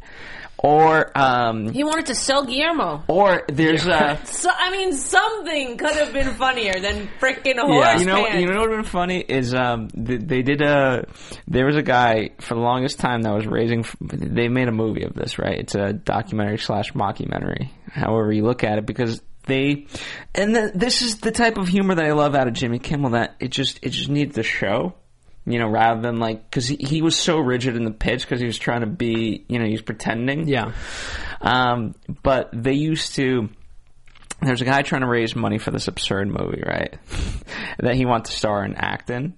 or um,
He wanted to sell Guillermo.
or there's uh
So I mean, something could have been funnier than freaking
<laughs>
horse
you know,
pants.
you know what would have been funny is um, they, they did a. There was a guy for the longest time that was raising. f- They made a movie of this, right? It's a documentary slash mockumentary, however you look at it, because they. And the, this is the type of humor that I love out of Jimmy Kimmel. That it just it just needs the show. You know, rather than like, because he, he was so rigid in the pitch because he was trying to be, you know, he was pretending.
Yeah.
Um, but they used to. There's a guy trying to raise money for this absurd movie, right? <laughs> that he wanted to star and act in,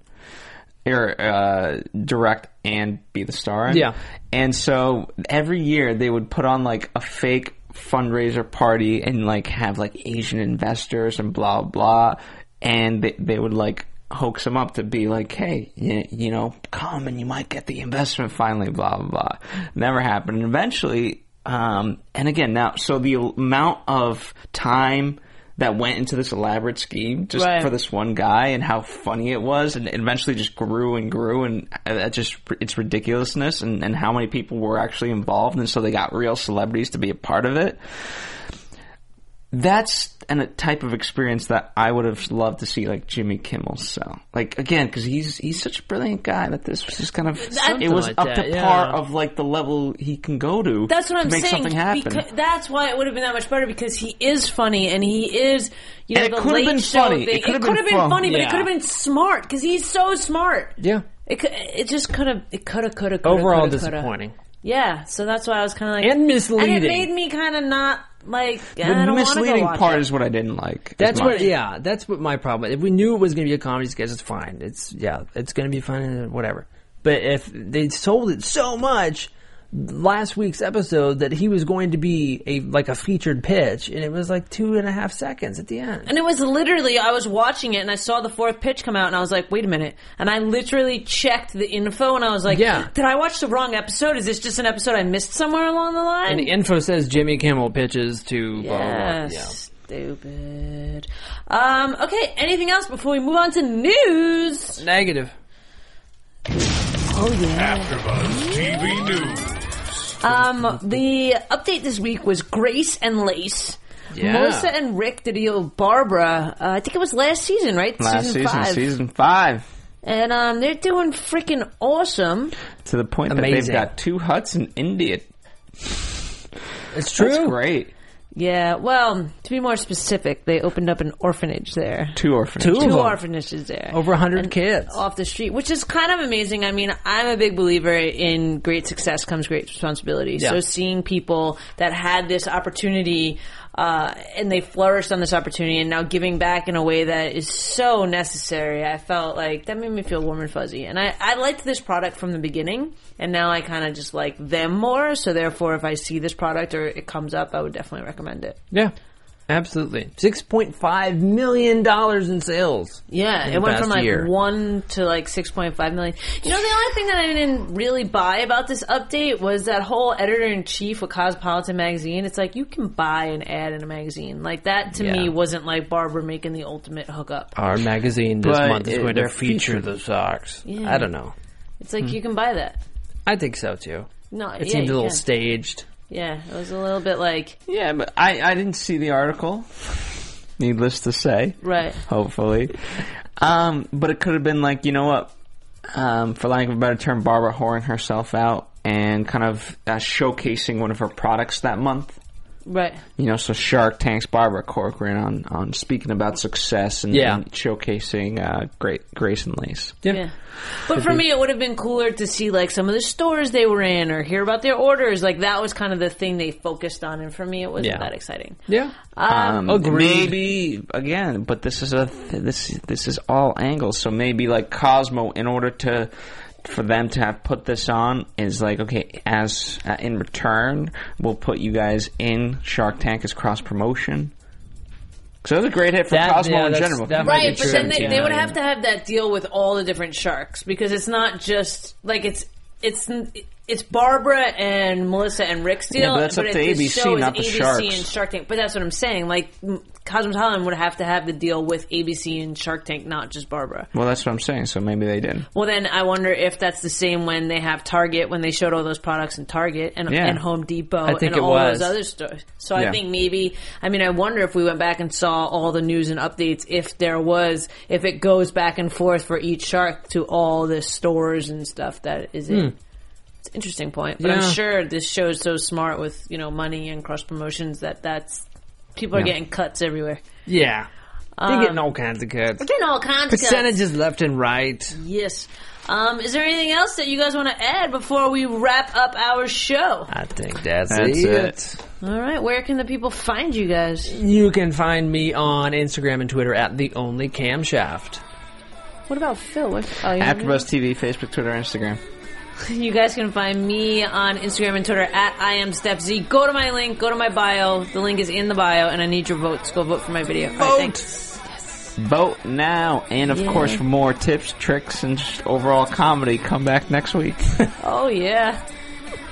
or uh, direct and be the star. in.
Yeah.
And so every year they would put on like a fake fundraiser party and like have like Asian investors and blah blah, and they, they would like hoax him up to be like, hey, you, you know, come and you might get the investment finally. Blah blah blah. Never happened. And eventually, um, and again now, so the amount of time. That went into this elaborate scheme just
Right.
for this one guy, and how funny it was, and it eventually just grew and grew, and uh, that just its ridiculousness, and, and how many people were actually involved, and so they got real celebrities to be a part of it that's an, a type of experience that I would have loved to see, like Jimmy Kimmel. So, like again, because he's he's such a brilliant guy that this was just kind of it was
like
up
that,
to
yeah.
par of like the level he can go to.
That's what
to
I'm
make
saying.
Something happen.
Because, that's why it would have been that much better because he is funny and he is, you know,
And it
the
could have
late
been
show
funny. It
thing.
could have been
could have been
fun.
funny, but it
Yeah.
could have been smart because he's so smart.
Yeah.
It could, it just could have it could have could have
Overall
coulda,
disappointing.
Yeah, so that's why I was kind of like
And misleading.
and it made me kind of not like I
the
don't wanna go
misleading
watch
part
it.
is what I didn't like. as
That's what,
much.
yeah, that's what my problem. If we knew it was going to be a comedy sketch, it's fine. It's yeah, it's going to be fun and whatever. But if they sold it so much last week's episode that he was going to be a like a featured pitch, and it was like two and a half seconds at the end.
And it was literally, I was watching it and I saw the fourth pitch come out and I was like, wait a minute. And I literally checked the info and I was like,
Yeah.
did I watch the wrong episode? Is this just an episode I missed somewhere along the line?
And the info says Jimmy Kimmel pitches to blah blah. blah. Yeah.
Yes. Stupid. Um, okay, anything else before we move on to news?
Negative.
AfterBuzz TV News.
Um, the update this week was Grace and Lace.
Yeah.
Melissa and Rick did a deal with Barbara. Uh, I think it was last season, right?
Last season,
five.
season five.
And um, they're doing freaking awesome.
To the point that they've
Amazing.
got two huts in India.
It's true.
That's great.
Yeah, well, to be more specific, they opened up an orphanage there.
Two orphanages.
Two
Two
of 'em.
orphanages there.
Over hundred kids.
off the street, which is kind of amazing. I mean, I'm a big believer in great success comes great responsibility.
Yeah.
So seeing people that had this opportunity uh, and they flourished on this opportunity and now giving back in a way that is so necessary, I felt like that made me feel warm and fuzzy. And I, I liked this product from the beginning, and now I kind of just like them more. So therefore, if I see this product or it comes up, I would definitely recommend it.
Yeah. Absolutely. Six point five million dollars in sales.
Yeah,
in
it
the
went
past
from like
year.
one to like six point five million. You know, the only thing that I didn't really buy about this update was that whole editor in chief of Cosmopolitan magazine. It's like you can buy an ad in a magazine. Like that to me
Yeah.
wasn't like Barbara making the ultimate hookup.
Our magazine this
But
month is
it-
going to
they're
feature
featured.
the socks.
Yeah.
I don't know.
It's like you can buy that.
I think so too.
No,
Hmm. It
yeah,
seemed
you
a little
can.
staged.
Yeah, it was a little bit like
Yeah, but I, I didn't see the article. Needless to say.
right.
Hopefully. Um, but it could have been like, you know what? Um, for lack of a better term, Barbara whoring herself out and kind of uh, showcasing one of her products that month.
Right.
You know, so Shark Tank's Barbara Corcoran on, on speaking about success and,
Yeah.
and showcasing uh, great Grace and Lace.
Yeah. But for me, it would have been cooler to see like some of the stores they were in or hear about their orders. Like that was kind of the thing they focused on. And for me, it wasn't
Yeah.
that exciting.
Yeah.
Uh,
Um,
Agreed.
Maybe again, but this is a this this is all angles. So maybe like Cosmo, in order to for them to have put this on, is like okay, as uh, in return, we'll put you guys in Shark Tank as cross promotion. So it was a great hit for
That-
Cosmo
yeah,
in
that's-
general.
that might be
Right, but
true.
then they, they would
Yeah.
have to have that deal with all the different sharks because it's not just like it's it's it's Barbara and Melissa and Rick's deal.
Yeah, but that's up
it-
to
the
ABC,
show is
not the
ABC
Sharks.
and Shark Tank. But that's what I'm saying. Like m- Cosmos Holland would have to have the deal with ABC and Shark Tank, not just Barbara.
well, that's what I'm saying. So maybe they did.
Well, then I wonder if that's the same when they have Target when they showed all those products in Target and,
Yeah.
and Home Depot
I think
and
it
all
was.
those other stores. So I
Yeah.
think maybe I mean I wonder if we went back and saw all the news and updates if there was if it goes back and forth for each shark to all the stores and stuff that is in. It's an interesting point, but
Hmm. Yeah.
I'm sure this show is so smart with you know money and cross promotions that that's people are
Yeah.
getting cuts everywhere.
Yeah. They're getting all kinds of cuts.
Getting all kinds of uh, cuts.
Percentages left and right.
Yes. Um, is there anything else that you guys want to add before we wrap up our show?
I think that's,
That's
it.
All right. Where can the people find you guys?
You can find me on Instagram and Twitter at the only camshaft.
What about Phil? What, oh, you wanna-
AfterBuzz TV, Facebook, Twitter, Instagram.
<laughs> You guys can find me on Instagram and Twitter at I am Steph Z. Go to my link. Go to my bio. The link is in the bio, and I need your votes. Go vote for my video. All right,
Vote.
thanks.
Vote now, and of
Yeah.
course, for more tips, tricks, and just overall comedy, come back next week. <laughs>
Oh yeah.